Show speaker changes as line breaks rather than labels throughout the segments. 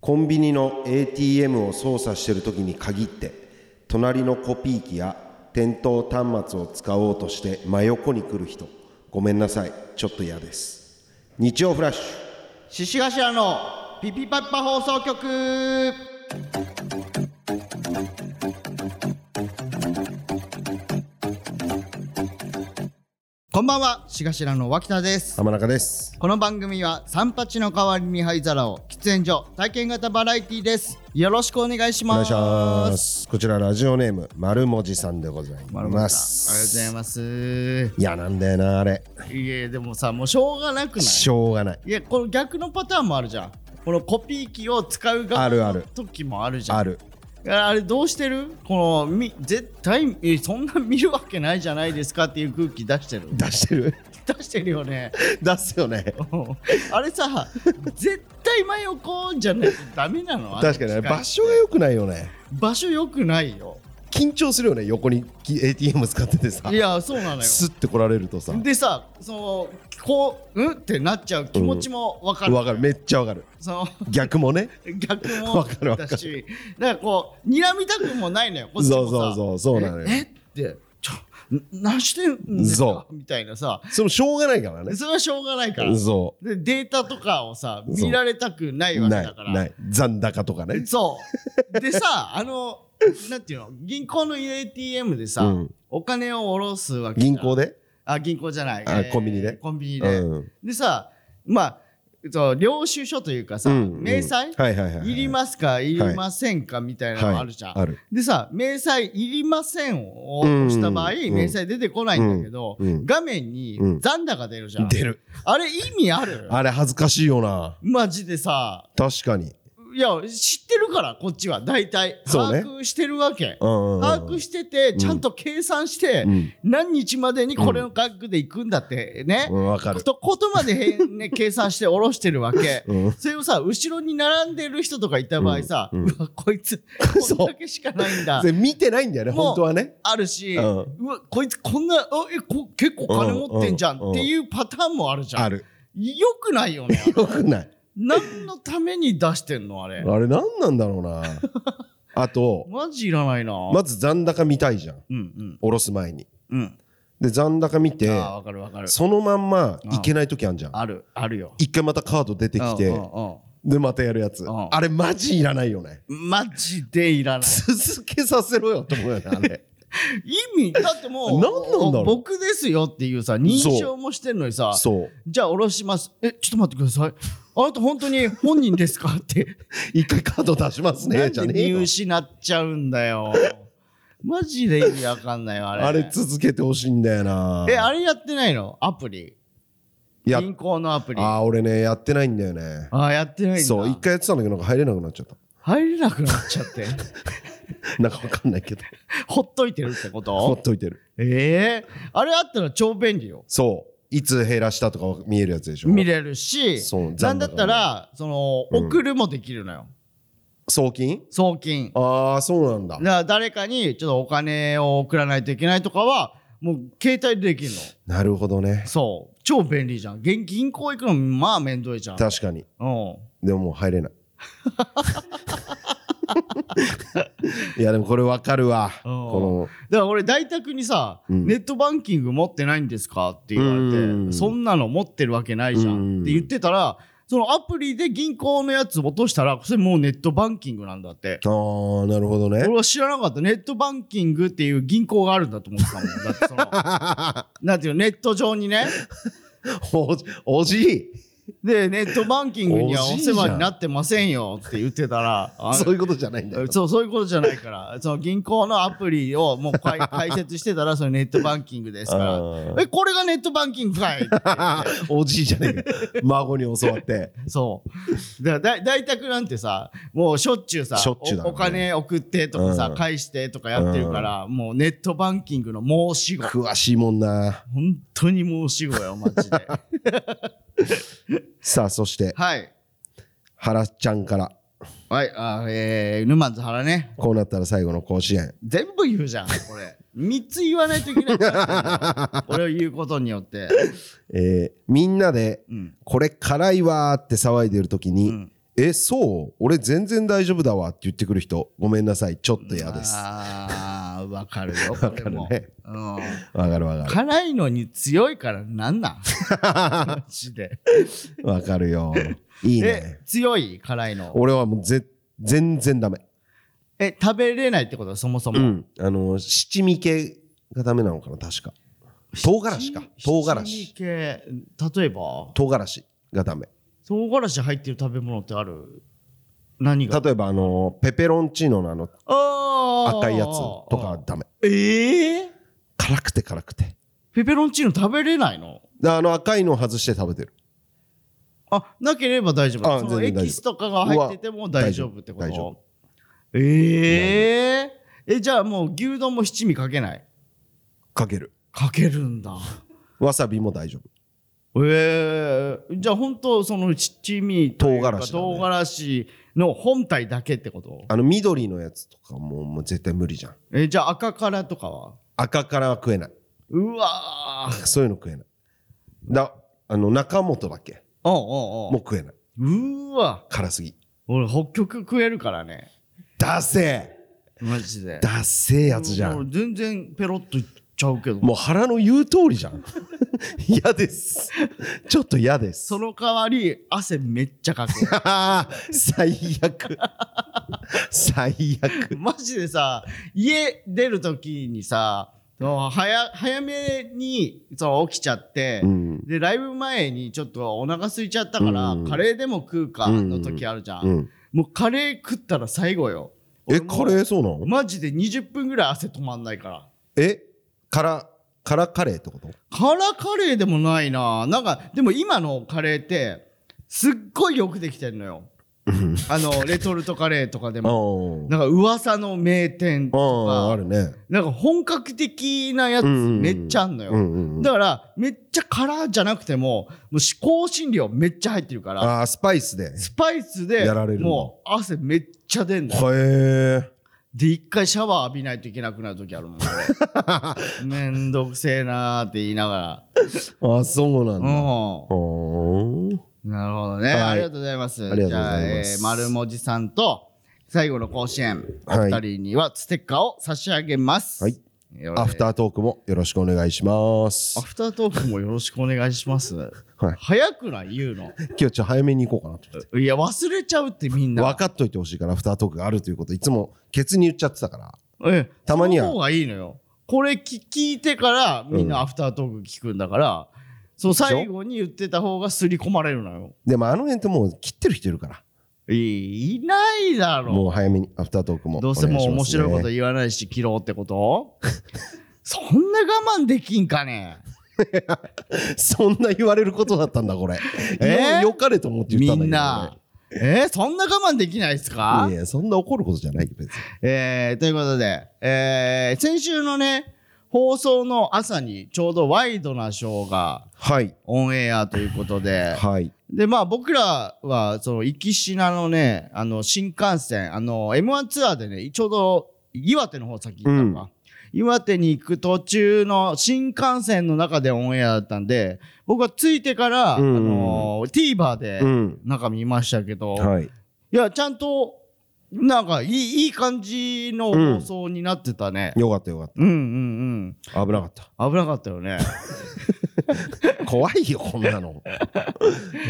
コンビニの ATM を操作している時に限って隣のコピー機や店頭端末を使おうとして真横に来る人ごめんなさいちょっと嫌です日曜フラッシュ
獅子頭のピピパッパ放送局こんばんは獅子頭の脇田です
浜中です
この番組は三八の代わりに灰皿を喫煙所体験型バラエティですよろしくお願いし
お願
ま
い
す
しますこちらラジオネーム丸文字さんでございます
丸本さんありがとうございます
いやなんだよなあれ
いやでもさもうしょうがなくない
しょうがない
いやこの逆のパターンもあるじゃんこのコピー機を使う側
あるあ
の
る
時もあるじゃん
ある
いやあれどうしてるこのみ絶対えそんな見るわけないじゃないですかっていう空気出してる
出してる
出してるよね
出すよね
うんあれさ絶対真横じゃないとダメなのあの
確かにあれ
機械
場所が良くないよね
場所よくないよ
緊張するよね横に ATM 使っててさ
いやそうなの
ス
よ
ッて来られるとさ
でさそのこううんってなっちゃう気持ちもわかる、
わかるめっちゃわかる
その
逆も ね
逆
わ
も
かるわか
だ
る
しだからこう睨みたくもないのよこ
そ
っ
う
ちもさ
そうそうそうなのよ
えってちょん何してんですか
そ
みたいなさ
それしょうがないからね
それはしょうがないから
そ
でデータとかをさ
そう
見られたくないうわけ
ない
だか
な
ら
い残高とかね
そうでさあのなんていうの銀行の ATM でさ、
うん
お金を下ろすわけじゃん
銀行で
あ銀行じゃない
あコンビニで
コンビニで、
うん
でさまあそう領収書というかさ、
うん
明細、
はいはいはいはい
いりますかいりませんか、みたいなのあるじゃん、
はいある
でさ明細いりませんを押した場合、
うん
明細出てこないんだけど、
うんうん
画面に
うん
残高出るじゃん、
出る
あれ意味ある
あれ恥ずかしいよな
マジでさ
確かに
いや知ってるからこっちは大体
そう
把
ね
握してるわけ、
把
把握しててちゃんと計算して、
うん
何日までにこれの額でいくんだってね、
うんわかる
とことまでへん、ね、計算して下ろしてる わけ。
うん
それをさ後ろに並んでる人とかいた場合さ、う
うんう
わこいつ
そう
こんだけしかないん だ
それ見てないんだよね
もう
本当はね
あるし、
う
うんわこいつこんなあえこ結構金持ってんじゃん
うんうん
っていうパターンもあるじゃん。
ある
よくない よね。
よくない
何のために出してんのあれ。
あれ何なんだろう なあと
マジいらないな。
まず残高見たいじゃん
うんうん
下ろす前に
うん。
で残高見て
ああわかるわかる。
そのまんま
うん
いけない時あんじゃん
あるあるよ。
一回またカード出てきて
うんうんうん
でまたやるやつ
うん
あれマジいらないよね
マジでいらない。
続けさせろよと思うよねあれ
意味だっても
何
う
なんだろう
僕ですよっていうさ認証もしてんのにさ
そう
じゃあ下ろしますえちょっと待ってくださいあなた本当に本人ですかって
一回カード出します
な
ね
ん
じゃね
で
え
見
よ
失っちゃうんだよマジで意味わかんないよあれ
あれ続けてほしいんだよな
えあれやってないのアプリ
や
銀行のアプリあ
あー俺ねやってないんだよね
あやってないんだ
そう一回やってたんだけどなんか入れなくなっ ちゃっ
入れなくなっちゃって
たなんかわかんないけど
ほっといてるってこ
ほ
と
っといてる
ええあれあったら超便利よ
そういつ減らしたとか見えるやつでしょ
見れるし
そう
なんだったらその
うん
送るもできるのよ、
送金
送金だか
ああそうなんだ
ら誰かにちょっとお金を送らないといけないとかはもう携帯ででき るの
なるほどね
そう超便利じゃん現銀行行くのまあ面倒いじゃんうん
確かにでももう入 れないいやでもこれわかるわこ
だから俺大宅にさ、
うん
ネットバンキング持ってないんですかって言われて、
うん
そんなの持ってるわけないじゃ
うん
んって言ってたらそのアプリで銀行のやつ落としたらそれもうネットバンキングなんだって
のああなるほどね
俺は知らなかったネットバンキングっていう銀行があるんだと思ってたもんだってその なんていうのネット上にね
おじおじい
でネットバンキングには
お
お
じいじゃ
世
ん
話になってませんよって言って たらあ
そういうことじゃないんだよ
そうそういうことじゃないからその銀行のアプリをもう解解説してたらそのネットバンキングですか
あー
らえこれがネットバンキングかいって
おじいじゃねえか孫に教わって
そうだだ大宅なんてさもうしょっちゅうさ
しょっちゅうだね
おお金送ってとかさ、
うん
返してとかやってるから、もうネットバンキングの申し子
詳しいもんな
本当に申し子よマジ で
さあそして
はい
原ちゃんから
はいあーえー、沼津原ね
こうなったら最後の甲子園
全部言うじゃんこれ3つ言わないといけないから 俺を言うことによって
えーみんなで
うん
これ辛いわーって騒いでる時に、
うん
えそう俺全然大丈夫だわって言ってくる人ごめんなさいちょっと嫌ですわ
あーわかる よこれ
かる
も、
ね
うん、
かるわか
辛いのに強いからなん なんマジで
るわかるよいいね
え強い辛いの
俺はもうぜ全然ダメ
え食べれないってことそもそも、
うんあの七味系がダメなのかな確か唐辛子か唐辛
七味
子
系例えば
唐辛子がダメ
唐辛子入ってる食べ物ってある何が
例えばあのペペロンチーノのあの
あー
赤いやつとかはダメ
ええ
辛くて辛くて
ペペロンチーノ食べれないの
あの赤いのを外して食べてる
あなければ大丈夫
あ
その
全然大
エ
丈夫
キスとかが入ってても大丈夫ってこ
大丈
とえええじゃあもう牛丼も七味かけない
かける
かけるんだ
わさびも大丈夫
ええじゃあ本当その七味という
唐
か
辛子だね
唐辛子の本体だけってこと
あの緑のやつとかももう絶対無理じゃん
えじゃあ赤からとかは
赤からは食えないう
わー
そういうの食えないだあの中本だけ
おうおうおう
もう食えないう
ーわ
辛すぎ
俺北極食えるからね
ダセ
マジで
えダセえやつじゃ
もうん全然ペロッといっちゃうけど
もう腹の言う通りじゃん 嫌ですちょっと嫌です
その代わり汗めっちゃかく
あー最悪最悪
マジでさ家出る時にさその早早めにその起きちゃって、
うん
でライブ前にちょっとお腹空いちゃったから、
うん
カレーでも食うかの時あるじゃん、
うん
もうカレー食ったら最後よ
え
俺も
カレーそうなの
マジで20分ぐらい汗止まんないから
え辛辛カレーってこと
辛カレーでもないななんかでも今のカレーってすっごいよくできてんのよあのレトルトカレーとかでも
あ
なんか噂の名店
ああああ
とか
るね
なんか本格的なやつ
うんうんうん
めっちゃあんのよ、
うんうんうん
だからめっちゃ辛じゃなくてももう香辛料めっちゃ入ってるから
ああスパイスでへ
スパイスで
やられるんだ
もう汗めっちゃ出んのよ
え
で一回シャワー浴びないといけなくなる時あるもん 俺めんどくせえなーって言いなが
あそうなんだ
らうん
おー
なるほどね、
はい
ありがとうございます。
ありがとうございます
じゃあ、えー丸文字さんと最後の甲子園、
はい
お二人にはステッカーを差し上げます。
はい
よろし。
アフタートークもよろしくお願いします
ア。フタートークもよろしくお願いします。
はい、
早くない言うの。
今日ちょっと早めに行こうかなと思って。
いや、忘れちゃうってみんな。
分かっといてほしいから、アフタートークがあるということ、いつもケツに言っちゃってたから。
ええ
たまには
その方がいいのよ。これ聞聞いてからみんなアフタートーク聞くんだから、そう最後に言ってた方が刷り込まれるのよ。
でもあの辺ってもう切ってる人いるから、
いいないだろう。
もう早めにアフタートークもお
ど
願
う
いし
せ
ます、ね。
もう面白いこと言わないし切ろうってこと そんな我慢できんかね
そんな言われることだったんだ、これ。
えー
よかれと思って言
み
ったんだけど、ね。
んな。えー、そんな我慢できないですか
いや、そんな怒ることじゃないよ、別に。
えー、ということで、えー、先週のね放送の朝にちょうどワイドなショーが
はい。
オンエアということで、
はい。
でまあ僕らはその行きしなのねあの新幹線あの m 1ツアーでねちょうど岩手の方先行ったのか、岩手に行く途中の新幹線の中でオンエアだったんで僕は着いてから、
うん
あの TVer で
うん。
中見ましたけど、い、
はい。
やちゃんとなんかいいいい感じの放送になってたね、
よかったよかっ
うん、うん
た。危なか った。
うん危なかったよね
怖いよ、こんなの。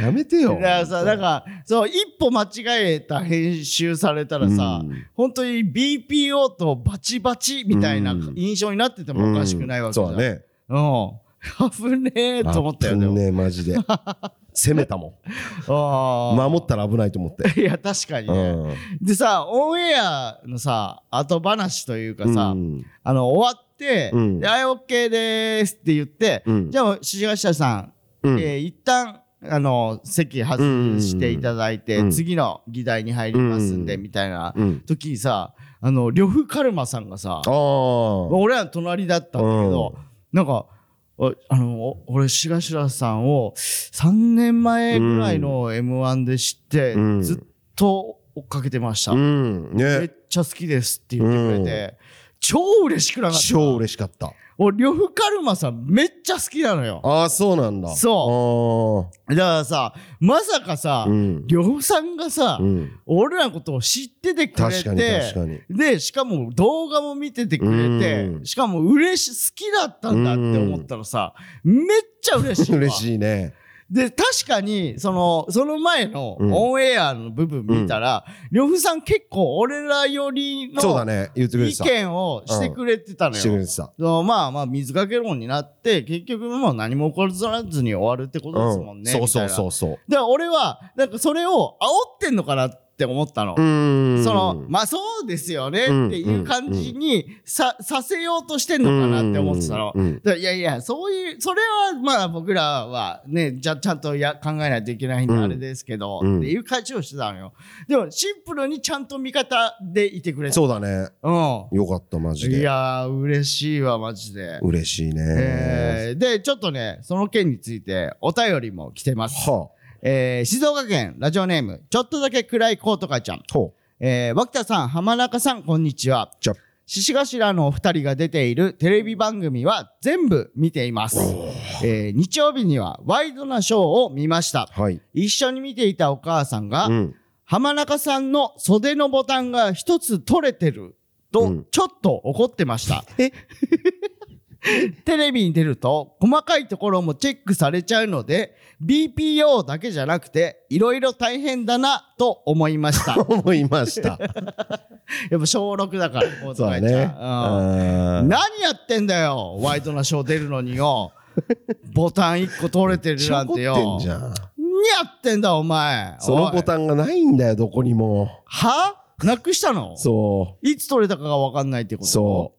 やめてよ。
だからさなんかそう一歩間違えた編集されたらさ、
うん
本当に BPO とバチバチみたいな
うん
印象になっててもおかしくないわけじゃん。
うんそうだね。
うん。危ねえと思ったよね。
危ねえマジ で攻めたも
あ
ん
あ。
守ったら危ないと思って
いや、確かに
う
ね。
ん
でさ、オンエアのさ、後話というかさ、
うん
あの、終わって、
うん
で、はい、OK でーすって言って、
うん
じゃあ、指示頭さん、
うん
えー一旦、あの、席外していただいて、
うん
次の議題に入りますんで、
うん
みたいな
うん
時にさ、あの、呂布カルマさんがさ、
あー
俺らの隣だったんだけど、なんかああのお俺志頭さんを3年前ぐらいの m 1で知って、
うん
ずっと追っかけてました、
うん
め
ね
っちゃ好きですって言ってくれて、超嬉しくなかった
超嬉しかった
俺、呂布カルマさんめっちゃ好きなのよ。
ああ、そうなんだ。そ
だからさ、まさかさ
う。、ん。
呂布さんがさ
う、ん。
俺らのことを知っててくれ
確かに確
て、
かに。
で、しかも動画も見ててくれ
うん
て、しかも嬉し、好きだったんだって思ったらさ、めっちゃ嬉しいわ。
嬉しいね。
で、確かに、その、その前の
うん
オンエアの部分見たら、呂布さん結構俺らより
そうだ
の
ね。言ってくれ
意
てた。
見をしてくれてたの
してく
よ。
れてた。
そうまあまあ、水かけ論になって、結局もう何も起こらずに終わるってことですもんね。
そうそう
う
そ。うそう。
だから俺は、なんかそれを煽ってんのかなって思ったの。
うん。
その、まあそうですよねっていう感じにさ、させようとしてんのかなって思ってたの。
うんうん
だからいやいや、そういう、それはまあ僕らはね、じゃちゃんとや考えないといけないんで
うん
あれですけど、
うん
っていう感じをしてたのよ。でもシンプルにちゃんと味方でいてくれた。
そうだね。
う
よかった、マジ
ん。い
で。
やー、嬉しいわ、マジで。
嬉しいね。
えーで、ちょっとね、その件についてお便りも来てます。
は
えー静岡県ラジオネーム、ちょっとだけ暗いコートカちゃん。
あ。ほ
えー、脇田さん、浜中さん、こんにちは。
う。じゃ、
獅子頭のお二人が出ているテレビ番組は全部見ています。えー日曜日にはワイドなショーを見ました。
はい。
一緒に見ていたお母さんが、
うん。
浜中さんの袖のボタンが一つ取れてる
う
と
ん、
ちょっと怒ってました。
え
テレビに出ると、細かいところもチェックされちゃうので、BPO だけじゃなくて、いろいろ大変だなと思いま した。
思いま した。
やっぱ小6だから、こ
そう
うとか
だ
言っち
ね。
ゃううん
うん
何やってんだよ、ワイドなショー出るのに よ。ボタン1個取れてるなんてよ。
怒ってん
何
じ
や
ゃん。
ってんだ、お前。
そのボ
ン。
タンがないんだよ、どこにも。
はなくしたの
そ
いつ取れたかが分かんないってこ
う。
と。
そう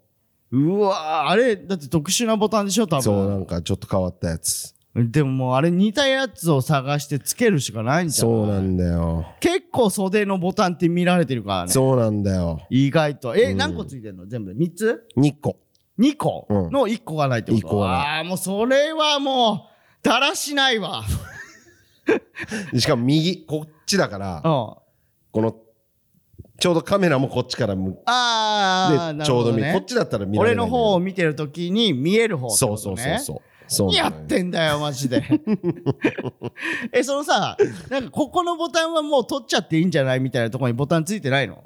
うわーあれ、だって特殊なボタンでしょ、多
う。そう、なん
分。
かちょっと変わったやつ。
でももうあれ似たやつを探してつけるしかないんじゃない
そうなんだよ。
結構袖のボタンって見られてるからね。
そうなんだよ。
意外と。え、
うん
何個ついてんの全部で ?3 つ
2個。
2個
うん
の1個がないってこと、
一個がな
ああ、もうそれはもう、だらしな いわ。
しかも右、こっちだから、
うん
この、ちょうどカメラもこっちから向
ああ、
で、
な
ち
る
ょう
ほ
ど
ど
見、こ
ね
っ。ちだったら見られ
俺
ない
の
んだよ。
方を見てるときに見える方って
そ
こ
うそ
と
うそう
ね。
そう。そう
や
なのよ
ってんだよ、マ ジで。え、そのさ、なんかここのボタンはもう取っちゃっていいんじゃないみたいなところにボタンついてないの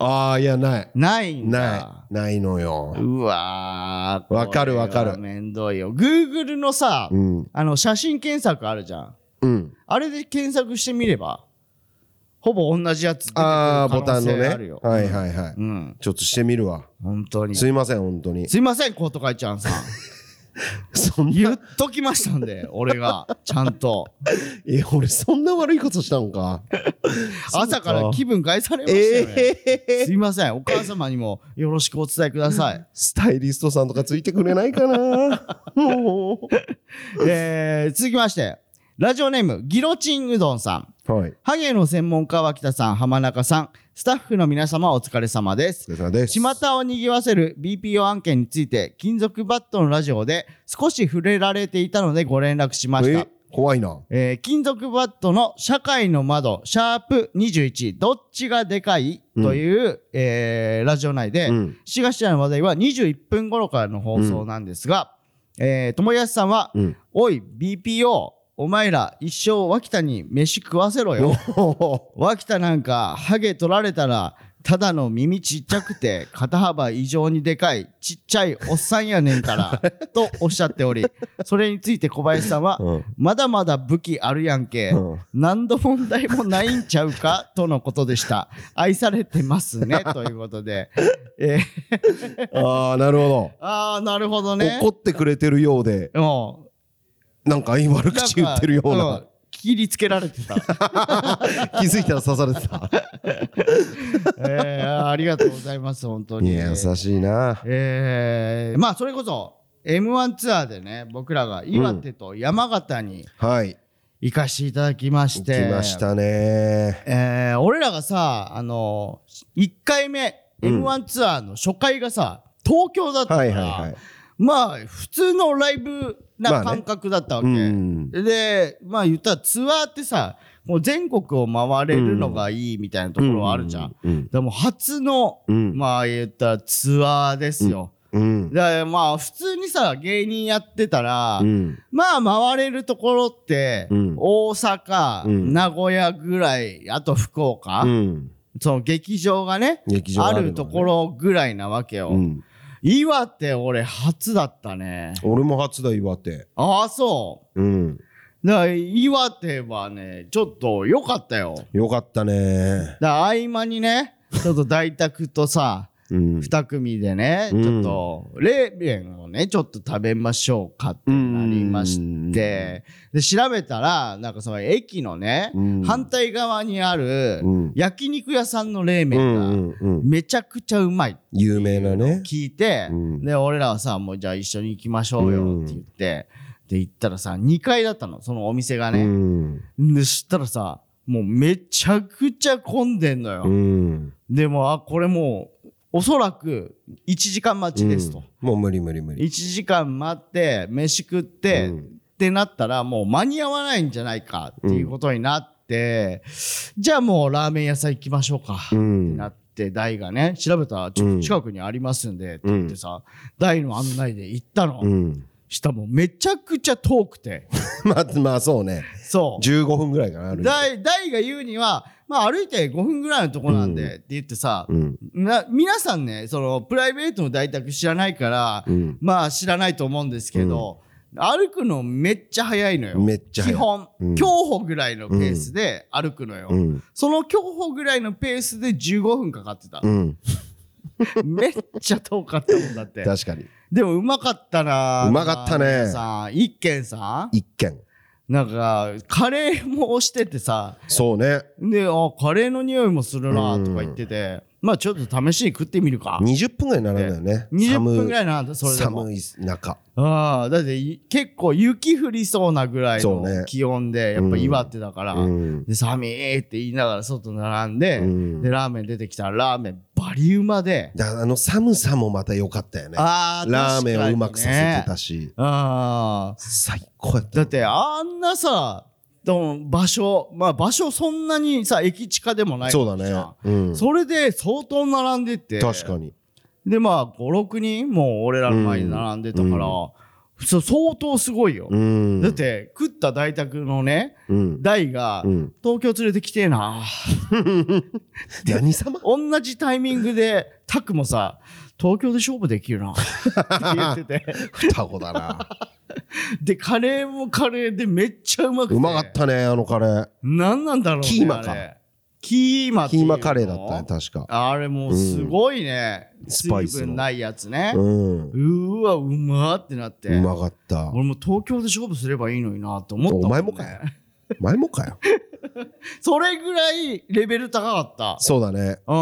ああ、いや、ない。
ないんだ
な。い。ないのよ。
うわー。
わかるわかる
これはめんどいよ。Google のさ
う、ん。
あの、写真検索あるじゃん。
うん。
あれで検索してみれば、ほぼ同じやつ出てくる
ああ、
可
ボタ
能
ンの
性
ね。
あるよ。
はいはいはい。
うん。
ちょっとしてみるわ。
本当に。
すいません、本当に。
すいません、コートカイちゃんさん。
そん
言
な
っ、ときましたんで、俺が、ちゃんと。
え、俺そんな悪いことしたんか。
朝から気分害されましたよね。
ええ
すいません、お母様にもよろしくお伝えください。
スタイリストさんとかついてくれないかな。 も
えー、続きまして、ラジオネーム、ギロチンうどんさん。
うはい。
ハゲの専門家、脇田さん、浜中さん、スタッフの皆様、お疲れ様です
お疲。れ様です。
巷を賑わせる BPO 案件について金属バットのラジオで少し触れられていたのでご連絡しました
え。怖いな。
えー金属バットの社会の窓、シャープ21、どっちがでかいという、えーラジオ内で、
うん。
志賀の話題は21分頃からの放送なんですが、えー、友康さんは、
うん。
おい、BPO、お前ら一生脇田に飯食わせろよ。
お
脇田なんかハゲ取られたらただの耳ちっちゃ くて肩幅異常にでかいちっちゃいおっさんやねんからとおっしゃっておりそれについて小林さんは、
うん
まだまだ武器あるやんけ、
うん
何度問題もないんちゃうかとのことでした 愛されてま すねということで、え ー
ああ、なるほ
ああなるほど
ど、
ね
怒ってくれてるようで、
も
なんか悪
うなんか
口言ってるような。
ん切りつけら れてた、
気づいたら刺されてた。
えーありがとうございます本 当
い
に
や、優しいな。
えーまあそれこそ M1 ツアーでね僕らが岩手と山形に
はい。
行かしていただきまし
行
て、
きましたね。
えー俺らがさあの1回目
うん
M1 ツアーの初回がさ東京だったか
はい
ら、
はいはい。
まあ普通のライブ
まあ
な
ね
感覚だったわ
う
け、
ん。
でまあ言ったらツアーってさもう全国を回れるのがいいみたいなところはあるじゃん、
うん。
でも初の
うん。
まあ言ったらツアーですよ、
ううん。
だからまあ普通にさ、芸人やってたら、
うん。
まあ回れるところって、
うん
大阪、
うん
名古屋ぐらい、あと福岡、
うん。
その劇場がね、
劇場
あ
が
るところぐらいなわけよ。
ろうん。
岩手俺初だったね。
俺も初だ、岩手。
ああ、そ
うん。
う。だから岩手はね、ちょっと良かったよ。
よかったね。
だから合間にね、ちょっと大宅とさ、
うん。
二組でね、
うん
ちょっと冷麺をねちょっと食べましょうかってなりましてで調べたらなんかその駅のね、
うん
反対側にある
うん
焼肉屋さんの冷
うんう
麺が
んうん。
めちゃくちゃうまいって
有名なね。
聞いて、
うん
で俺らはさもうじゃあ一緒に行きましょうよって言って、で行ったらさ2階だったのそのお店が
う
ね、
ん。
でそしたらさもうめちゃくちゃ混んでんのよ、
うん。
でもあこれもうおそらく1時間待ちですと、
うん。もう無理無理無理。
1時間待って飯食って、
うん
ってなったらもう間に合わないんじゃないかっていうことになって、じゃあもうラーメン屋さん行きましょうか、
う
って
ん
な。って大がね調べたらちょっと近くにありますんでって言ってさ、大の案内で行ったの、
うん。
したらもうめちゃくちゃ遠くて
まあ、まあそうね。
そう
15分ぐらいかな、ある。
大大が言うには、まあ、歩いて5分ぐらいのとこなんで、って言ってさ、
うん。
な皆さんねそのプライベートの大宅知らないから、
うん。
まあ知らないと思うんですけど、歩くのめっちゃ早いのよ
めっちゃ早い
基本、
うん
競歩ぐらいのペースで歩くのよ、
うん。
その競歩ぐらいのペースで15分かかってた
う、ん。
めっちゃ遠かったもんだって
確かに。
でもうまかったな
うまかったね
なんさん一軒さん
一軒。
なんかカレーも押しててさ
そうね。
であカレーの匂いもするなとか言ってて、まあちょっと試しに食ってみるか
20分ぐらい並んだよね。
20分ぐら
い
いなんだそれでも
寒い中。
ああだってい結構雪降りそうなぐらい
そうね
の気温で、やっぱ岩手だから、
うん。
で寒いって言いながら外並んで、
うん
でラーメン出てきたらラーメンバリうまで、
だからあの寒さもまた良かったよね。
あー
ラーメンをうまくさせて
確かにね
たし。
ああ
最高やった。
だってあんなさどん場所まあ場所そんなにさ駅近でもない
そうだ
じゃ
ね
ん。
うん。
それで相当並んでって
確かに。
でまあ56人もう俺らの前に並んでたから、そ相当すごいよ、
うん。
だっ、て食った大宅のね
うん。
大が
うん
東京連れてきてえな、
何様
同じタイミングでタクもさ東京で勝負できるなって言ってて
双子だ な。
でカレーもカレーでめっちゃうまくて
うまかったね、あのカレー。
何なんだろうね
キーマか
あれキーマって
キ
い
ー
うの
マカレーだったね、確か。
あれもうすごいね、
んスパイスの
水分ないやつね、
うん。
うーわうまーってなって
うまかった。
俺も東京で勝負すればいいのになと思ったんね、
お前もかよ。前もかよ。
それぐらいレベル高かった
そうだね。
う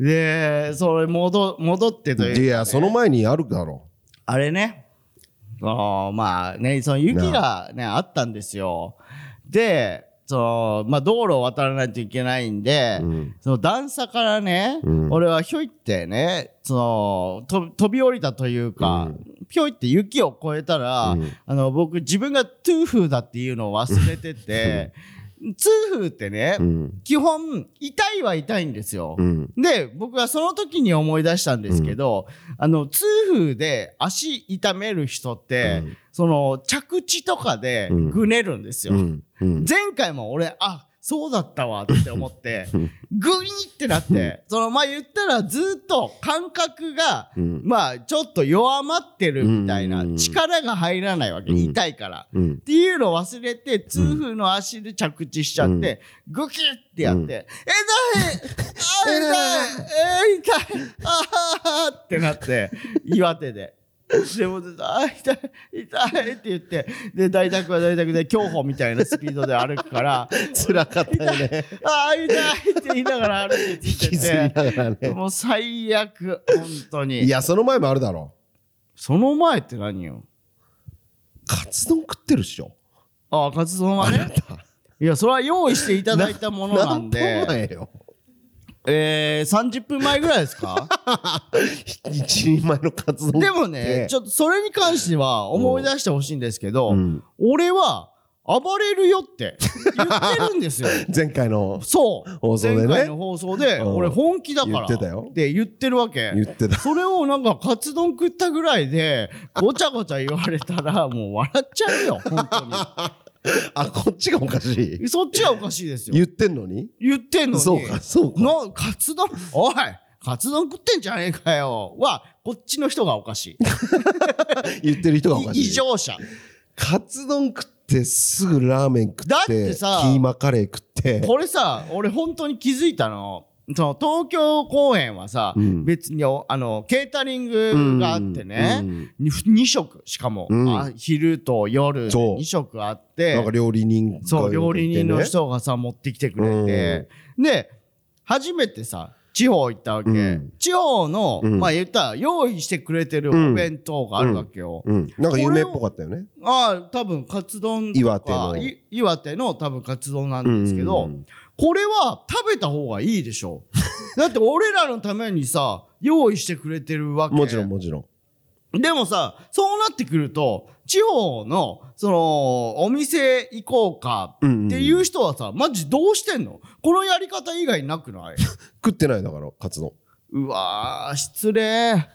んでそれ戻戻ってというかね
いや、その前にあるだろ。
あれねあーまあねその雪がねあったんですよでそのまあ道路を渡らないといけないんで、
うん。
その段差からね、
うん
俺はひょいってねそのと飛び降りたというか、ひょいって雪を越えたら、
うん
あの僕自分がトゥーフーだっていうのを忘れてて ツーフーってね、
うん。
基本痛いは痛いんですよ。
うん。
で、僕はその時に思い出したんですけど、あの、痛風で足痛める人って、
うん
その、着地とかで
うん
ぐねるんですよ。
うん。うん。
前回も俺、あ、そうだったわって思って
うん、
グイーってなって、その、まあ、言ったらずっと感覚が、
うん
まあ、ちょっと弱まってるみたいな
う、ん
力が入らないわけ、
うん
痛いから。
うん
っ。ていうのを忘れて、痛風の足で着地しちゃって、グキッってやって、
うん
え、痛いあー痛いえー、痛いあーってなって、岩手で。でも、あー痛い痛いって言って、で、大宅は大宅で、競歩みたいなスピードで歩く から、
辛かったよ ね。
あー痛いって言いながら歩いて
引
つい
きずりな
て
がら
て、
ね。
もう最悪、本当
い
に。
や、その前もあるだろ。
その前って何よ
カツ丼食ってるっしょ。
ああ、カツ丼はね。いや、それは用意していただいたものなんで。
何分前よ。
えー、30分前ぐらいで すか
一人前のカツ丼。
でもね、ち
ょっ
ょっとそれに関しては思い出してほしいんですけど、
うん
俺は暴れるよって言ってるんですよ。
前回の
そう。
放送でね
前回の放送で、
うん
俺本気だから。
言ってたよ
で、言ってるわけ。
言ってた。
それをなんかカツ丼食ったぐらいで、ごちゃごちゃ言われたら、もう笑っちゃうよ、本
あ、こっちがおかし
当
い。
に。そっちはおかしいですよ。
言ってんのに
言ってんのに。
そうか、そうか。
の、カツ丼、おいカツ丼食ってんじゃねえかよは、こっちの人がおかしい。
言ってる人がおかしい。
異常者。
カツ丼食ってすぐラーメン食って、
だってさ
キーマカレー食って。
これさ、俺本当に気づいたの。その東京公演はさ、
うん
別におあのケータリングがあってね、
うんうん
に 2, 食しかも、
うん
あ昼と夜で
そう
2食あって
なんか料理人が
そう料理人の
いてね
人がさ持ってきてくれて、で初めてさ地方行ったわけ、
うん
地方の、
うん
まあ言ったら用意してくれてるお弁当があるわけよ、
うん。なんか有名っぽかったよね。
ああ多分カツ丼とか
岩手の
い岩手の多分カツ丼なんですけど、
うん
これは食べた方がいいでしょ だって俺らのためにさ用意してくれてるわけ
もちろんもちろん。
でもさ、そうなってくると、地方の、その、お店行こうか
うんうんうん
っていう人はさ、マジどうしてんのこのやり方以外なく ない
食ってないだから、カツ丼。
うわー、失礼。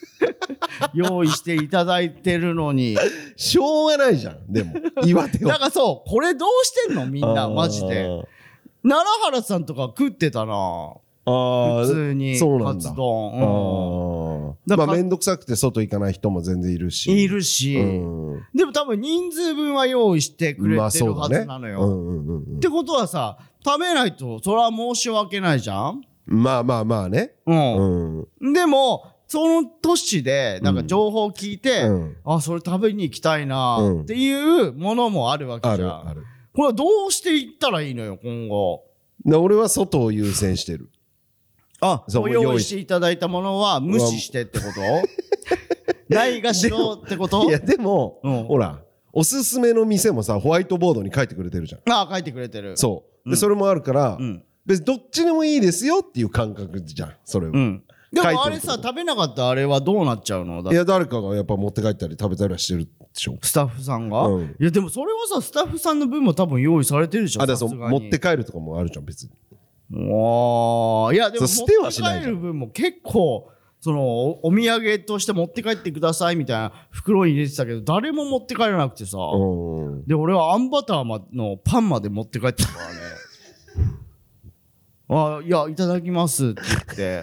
用意していただいてるの に。
しょうがないじゃん、で も。岩手
だ
は。
からそう、これどうしてんのみんな、
あー
マジで。。奈良原さんとか食ってたな
あー
普通に。
そうなんだ
カツ丼
あ
うん
ー
だか
ま
ら
あ、面倒くさくて外行かない人も全然いるし。
いるし、
うん。
でも多分人数分は用意してくれ
まあ
て
そ
る
うだ
は
ね。
ずなのよ。
うんうんうん
ってことはさ食べないとそれは申し訳ないじゃん、
うん。まあまあまあね。
う
うんん。うん。
でもその年でなんか情報を聞いて、
あ
あそれ食べに行きたいな
うん
っていうものもあるわけじ
る
ゃん、
ある。
これはどうしていったらいいのよ今後
な俺は外を優先してる。
あ
そう
お用意していただいたものは無視してっ てことないがしろってこと
いや、でも、
うん
ほら、おすすめの店もさ、ホワイトボードに書いてくれてるじゃん。
あ書いてくれてる
そう。
う
で、
ん
それもあるから、
うん
別にどっちでもいいですよっていう感覚じゃん、それは。
うん
書
で
いてる
もあれさ食べなかったあれはどうなっちゃうの
い
だって
や、誰かがやっぱ持って帰ったり食べたりはしてるでしょ。
スタッフさんが、
うん
いやでもそれはさスタッフさんの分も多分用意されてるでしょ
あ、だからそ
さ
う
すがに
持って帰るとかもあるじゃん、別に。
わーいやでも
そう捨
持ってて
はしないじ
帰
ゃん
る分も結構そのおお土産として持って帰ってくださいみたいな袋に入れてたけど誰も持って帰らなくてさ、
うん。
で俺はあんバターまのパンまで持って帰ってたからね あいやいただきますって言って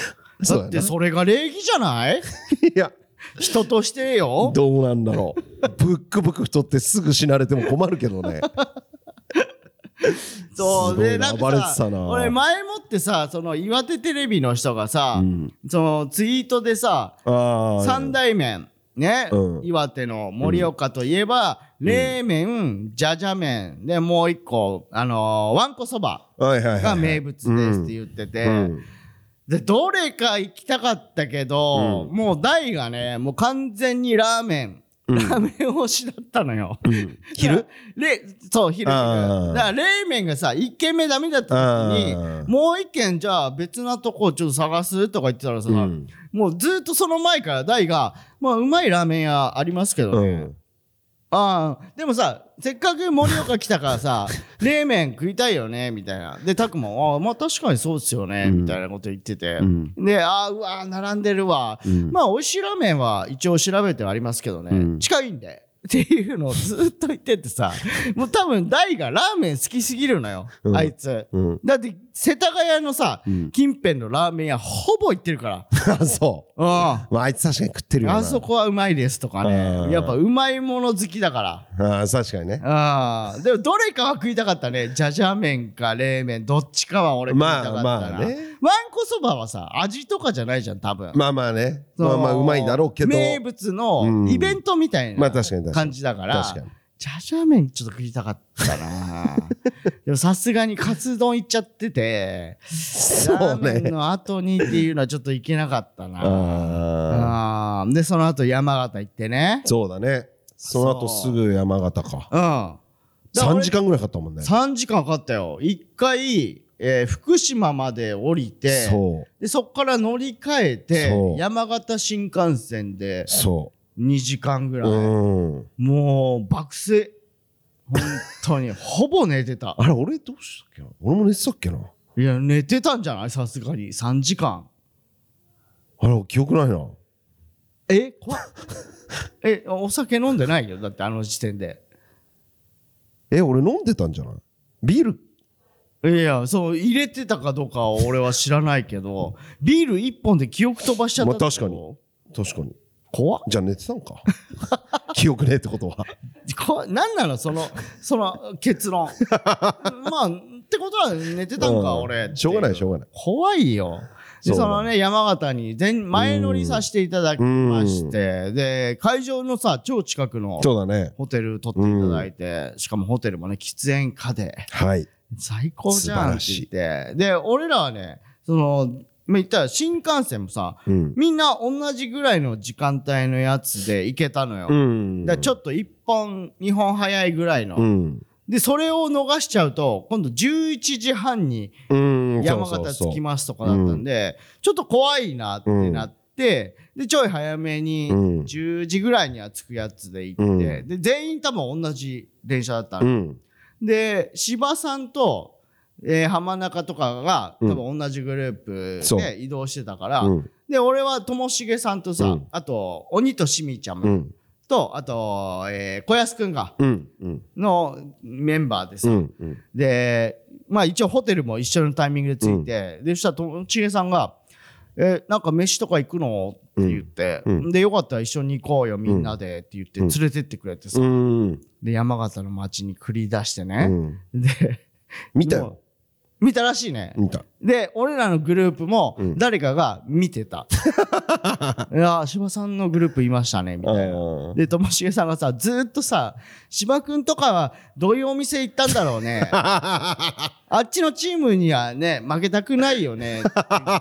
そう
だっ
や
て
な
それが礼儀じゃない
いや、
人としてよ
どうなんだろう。ブックブック太ってすぐ死なれても困るけどね。
そ
す
う
ごいな
でなん
暴
か
れて
さ
たな
俺前もってさその岩手テレビの人がさ、
うん
そのツイートでさ
ああ。
三大麺ね、
うん
岩手の盛岡といえば、冷麺じゃじゃ麺でもう一個あのーわんこそば
はいはいはいはい。
が名物ですって言ってて、
うん
でどれか行きたかったけど、
う
もう大がねもう完全にラーメン、ラーメン推しだったのよ。
うん昼
れそう昼昼だ
あー
から冷麺がさ1軒目ダメだった時に
あー
もう1軒じゃあ別なとこちょっと探すとか言ってたらさ、
うん
もうずっとその前から大が「まあうまいラーメン屋ありますけどね、
うん。
ああでもさせっかく盛岡来たからさ 冷麺食いたいよね」みたいなで拓も「ああまあ確かにそうですよね」みたいなこと言ってて、
ん
で「ああうわー並んでるわ、
ん
まあ美味しいラーメンは一応調べてはありますけどね、
うん
近いんで」っていうのをずっと言って てさもう多分大がラーメン好きすぎるのよ、
うん
あいつ。
うん。
だって世田谷のさ、
うん
近辺のラーメン屋ほぼ行ってるから。
あ、 そう。
うん
まあ、あいつ確かに食ってるよな。
あそこはうまいですと
う
か
ん
ね。やっぱうまいもの好きだから。
あー確かにね。
ああ、でもどれかは食いたかったね。じゃじゃ麺か冷麺、どっちかは俺食いたかったな。
まあまあね
わんこそばはさ、味とかじゃないじゃん、多分。
まあまあね。
そ
まあ
の
まあ、うまいだろうけど。
名物のイベントみたい
まあ
な
確かに確かに
感じだから。
確かに
じゃじゃ麺ちょっと食いたかったな でもさすがにカツ丼いっちゃってて、
そ
ラ
う
ーメン
ね。
の後にっていうのはちょっといけなかったな。
ああ。
あーでその後山形行ってね
そうだね。その後す
そう
ぐ山形か。
うんだから
3
俺
時間ぐらいかかったもんね。
3時間かかったよ一回、えー福島まで降りて
そう。
でそこから乗り換えて
そう
山形新幹線で
そ
2時間ぐ
う。
らい、
うん。
もう爆睡本当に。 ほぼ寝てた。
あれ、俺どうしたっけな俺も寝てたっけない
や、寝てたんじゃないさすがに。3時間。
あれ、記憶ないな。
え怖っ え、お酒飲んでないよ。だってあの時点で。
え、俺飲んでたんじゃないビール、
いや、そう、入れてたかどうかは俺は知らないけど、ビール1本で記憶飛ばしちゃったってこと
まあ確かに。確かに。
怖っ
じゃあ寝てたの か。記憶ねえってことは。
こなんなのその、その結 論。まあ、ってことは寝てたんか、
うん
俺って。
しょうがない、しょうがない。
怖いよ。で、
そうだ
そのね、山形に前、前乗りさせていただきまして、で、会場のさ、超近くの
そうだね。
ホテル取っていただいて、しかもホテルもね、喫煙家で、
はい。
最高じゃんって
素晴
言って、で、俺らはね、その、まあ言ったら新幹線もさ、
うん。
みんな同じぐらいの時間帯のやつで行けたのよ。
うん。
だからちょっと1本、2本早いぐらいの。
うん。
で、それを逃しちゃうと、今度11時半に
うん。
山形
そうそうそ
着き
う
ますとかだったんで、ちょっと怖いなってなって、で、ちょい早めに
うん
10時ぐらいには着くやつで行って、
うん
で、全員多分同じ電車だった
う
の。
ん。
で、芝さんと、えー浜中とかが多分同じグループ
そう
で移動してたから、
うん。
で、俺はともしげさんとさ、
うん
あと、鬼としみちゃんも
うん。
と、あと、えー小安くんが、
うん。うん。
のメンバーです、
うん。うん。
で、まあ一応ホテルも一緒のタイミングで着いて、で、そしたらともしげさんが、えーなんか飯とか行くのって言って、
うん
で、よかったら一緒に行こうよ、みんなでって言って、連れてってくれてさ、
うん。
で、山形の町に繰り出して
う
ね。
ん。
で、
見たよ。
もう見たらしいね。
見た。
で、俺らのグループも、誰かが見て た。いやー、芝さんのグループいましたね、みたいな。
ああ
で、ともしげさんがさ、ずーっとさ、芝くんとかはどういうお店行ったんだろ うね。あっちのチームにはね、負けたくないよねって言っ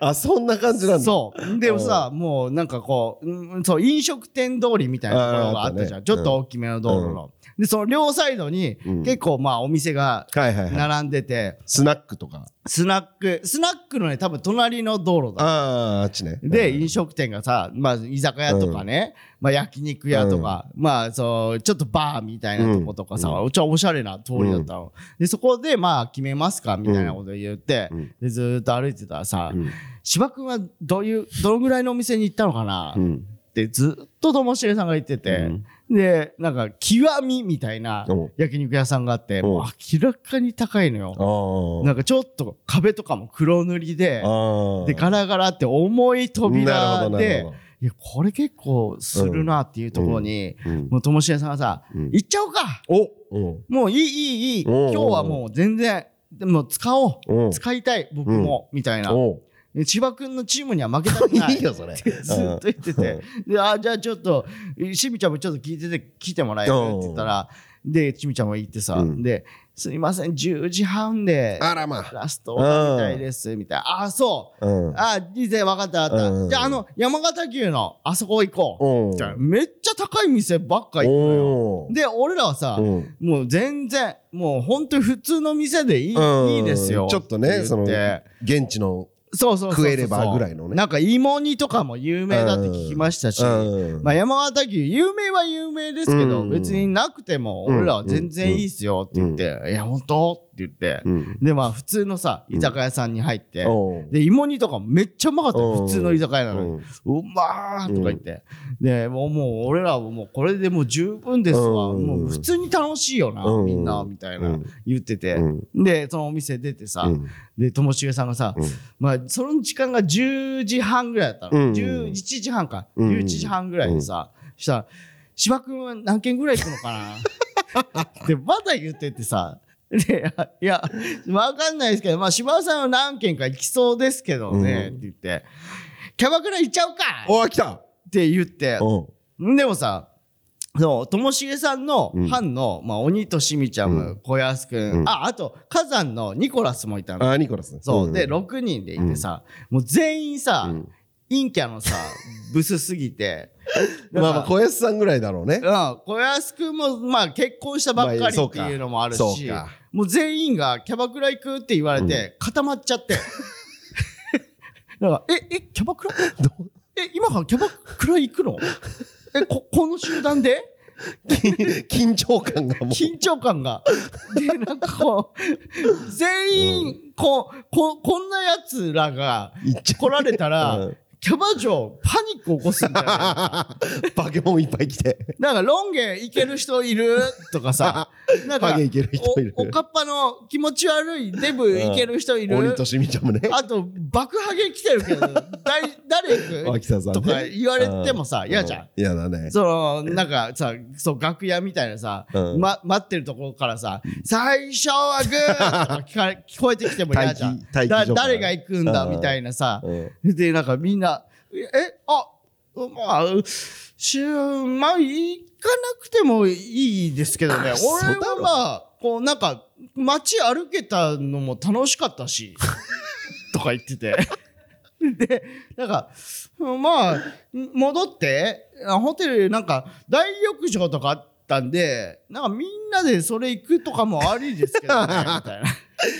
あ、そんな感じなん
て。
だ。
そう。でもさ、もうなんかこう、うんそう、飲食店通りみたいなところがあったじゃ
あーあったね
ん。ちょっと大きめの道路の。で、その両サイドに、
うん
結構まあお店が
はいはいはい。
並んでて、
スナックとか。
スナック、スナックのね、多分隣の道路だ
ああ、あっちね。
で、
うん
飲食店がさ、まあ、居酒屋とかね、まあ、焼肉屋とか、まあ、そう、ちょっとバーみたいなとことかさ、
う
ちょ、おしゃれな通りだったの。で、そこで、まあ、決めますかみたいなこと言って、
うん
で、ずーっと歩いてたらさ、
うん
芝君はどういう、どのぐらいのお店に行ったのかな、
う
っ
ん。
てずっとともしげさんが言ってて、で、なんか、極みみたいな
お
焼肉屋さんがあって、もう明らかに高いのよ。
あ
なんかちょっと壁とかも黒塗りで
あ。、ああ。
でガラガラって重い
なる
扉
ほどなる
で
ほど
いやこれ結構するなっていうところに、
うん
もうともしげさんがさ、
うん
行っちゃおうか
おうん。
もういいいいいい
おうおう
今日はもう全然でも使おう
うん
使いたい僕も、みたいな
お
で千葉君のチームには負けたくない
いいよ、それ。
ってずっと言ってて、であじゃあちょっとしみちゃんもちょっと聞いてて来てもらえるって言ったらでしみちゃんも行ってさ、
うん
ですいません10時半で
あらまあ。
ラストオーダーみたいですみたいなあそう
うん。
あ、以前分かった分かっ
う
た。
ん
じゃあ、あの、山形牛のあそこ行こ
お
う。じゃあめっちゃ高い店ばっか行くのよ。
お
で、俺らはさ、
うん
もう全然、もう本当に普通の店でいい,、
うん
いいですよ。
ちょっと
て言
ね、
て
その、現地の。
そうそうそうそう
食えればぐらいのね
なんか芋煮とかも有名だって聞きましたし、
うん
まあ、山形牛有名は有名ですけど、
うん
別になくても俺らは全然いいっすよって言って、いや本当って言って、
うん
でまあ普通のさ居酒屋さんに入って、
おう
で、芋煮とかめっちゃうまかった
う
よ。
ん
普通の居酒屋なのに。うまーとか言って。で、もう、もう俺らはもうこれでもう十分ですわ。
うん
もう普通に楽しいよな、
うん
みんな、みたいうなん言ってて。
う
で、そのお店出てさ、
うん
で、ともしげさんがさ、
うん
まあ、その時間が10時半ぐらいだった
う
の。
ん
11時半か。
うん
11時半ぐらいでさ、したら、芝君は何軒ぐらい行くのか なで、まだ言っててさ、でいや、いやわかんないですけど、まあ、芝さんは何軒か行きそうですけどね、
うん
って言って、キャバクラ行っちゃおうか
おあ、来た
って言って、
お
でもさ、そう、ともしげさんの
うん
班の、まあ、鬼としみちゃん、
うん
小安くん、
うん
あ、あと、火山のニコラスもいたの。
あ、ニコラスね。
そう、
ん
で、、6人でいてさ、もう全員さ、
うん
陰キャ のさ、ブスすぎて。
まあまあ、
なんか
小安さんぐらいだろうね。
うん、小安くんも、まあ、結婚したばっ
ま
か
あ
り
そ
っ
う
て
か
いうのもある
そう
し、
か
もう全員がキャバクラ行くって言われて固まっちゃ って。だから、え、え、キャバクラえ、今からキャバクラ行くのえ、こ、この集団で
緊張感がもう。
緊張感が。で、なんかこう、全員、こう、こ、こんな奴らが
いっちゃ
来られたら、
うん
キャバ嬢、パニック起こすんだよ、ね。
う。バケモンいっぱい来て。
なんか、ロン毛いける人いると かさ、なんか
ハゲいける人いる
お、おかっぱの気持ち悪いデブいける人いる、
鬼としみちゃんもね。
あと、爆ハゲ来て るけど、だい誰行
秋田さ
く
ん
とか
ね。
言われてもさ、嫌じゃん。。
嫌だね。
その、なんかさ、そう、楽屋みたいなさ、
うん
ま、待ってるところからさ、最初はグーとか聞かれ聞こえてきても嫌じゃん。
待機待機
だ
状態
誰が行くんだ
うん
みたいなさ、
うん
で、なんかみんな、え、あ、まあ、しゅまあ、行かなくてもいいですけどね。
クソだ
俺
ろ
はまあ、こう、なんか、街歩けたのも楽しかっ たし、とか言ってて。 で、なんか、まあ、戻って、あホテル、なんか、大浴場とかあったんで、なんかみんなでそれ行くとかもありですけどね、み たいな。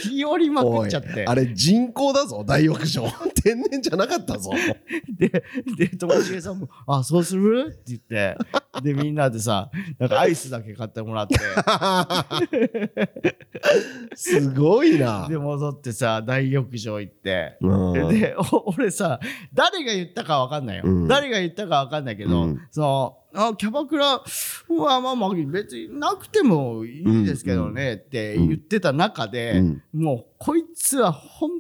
日和まくっちゃっ
おい
て
あ。れ人工だぞ、大浴場。 天然じゃなかったぞ。
で、で、ともしげさんも、あ、そうするって言って、で、みんなでさ、なんかアイスだけ買ってもらって、
すごいな。
で、戻ってさ、大浴場行って、
うん
で、お俺さ、誰が言ったかわかんないよ。
うん
誰が言ったかわかんないけど、
うん
その、あキャバクラはまあまあ別になくてもいいですけどねって言ってた中で、
うん
もうこいつは本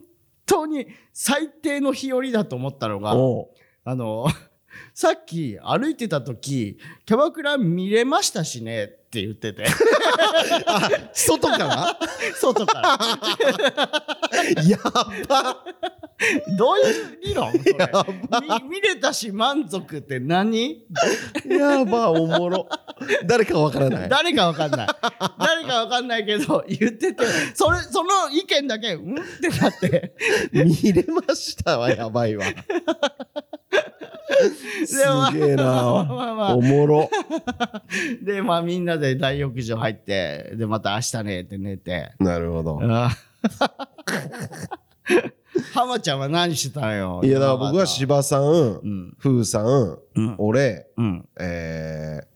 当に最低の日和だと思ったのが、
おう
あの、 さっき歩いてた時、キャバクラ見れましたしねって言って て、
外か
外から。
ら やば
どういう理論こ
や
れみ見れたし満足って何
やばおもろ誰かわからない
誰かわかんない。誰かわかんないけど、 言ってて、それ、その意見だけ、うんってなって。
見れましたわやばいわすげえ
まあまあま
な
あ
おもろ
で、まあみんなで大浴場入って、で、また明日ねって寝て。
なるほど
あ ー浜ちゃんは何してたのよ。
いやだから僕は
し
芝さ
うんん。
風さん
うん
俺
うん。
えー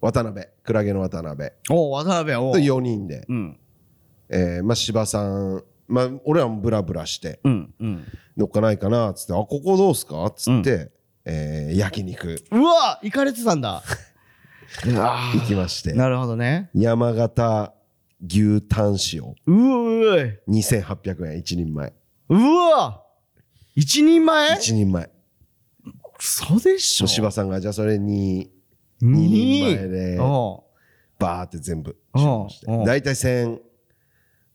渡辺クラゲの渡辺
おう渡辺おう。
と4人で
うん。
えーまあ芝さんまあ俺らもブラブラして
うん。うん。
どっかないかなっつって「あここどうすか?」っつってえー焼肉
うわ行かれてたん だ。
行きまして
なるほどね。
山形牛タン塩
うわう
2800円一人前
わ一人前
一人前
嘘でしょ
芝さんがじゃあそれに
二
二人前で
お
バーって全部
うん
注文して
うん
大体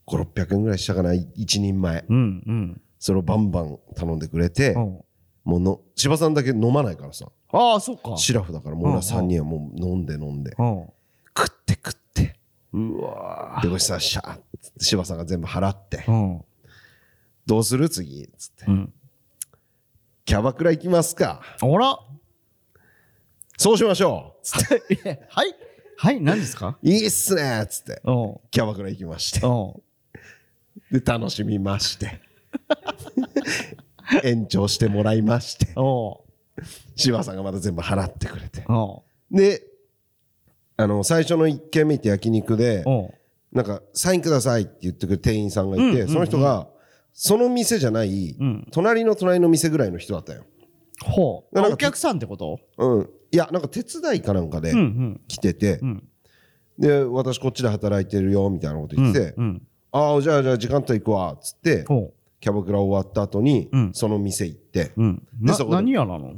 1500600円ぐらいしたかな一人前
ううんうん。
それをバンバン頼んでくれて
おう
もうの芝さんだけ飲まないからさ
ああ、そっか。
シラフだからもう俺
うん
ら3人はもう飲んで飲んで
お
食って食って
ううわ
でごちそうさんシャーっつって芝さんが全部払って
うん。
どうする次っつって
うん。
キャバクラ行きますか
あら
そうしましょうつって
はいはい、何ですか
いいっすねっつって
おう
キャバクラ行きまして
おう
で楽しみまして 延長してもらいまして
おう
柴さんがまた全部払ってくれて
お
であの最初の1軒目行って焼肉で
うおう
なんかサインくださいって言ってくる店員さんがいて、その人がその店じゃない、
うん
隣の隣の店ぐらいの人だったよ、
ほう。
なん
あ
か
お客さんってこと
うん、いやなんか手伝いかなんかで
うんうん。
来てて、
ん
で私こっちで働いてるよみたいなこと言ってて、
うん。
ああじゃあじゃあ時間帯行くわっつって
ほう。
キャバクラ終わった後に、
うん
その店行って、
うん。な
そこで
何屋なの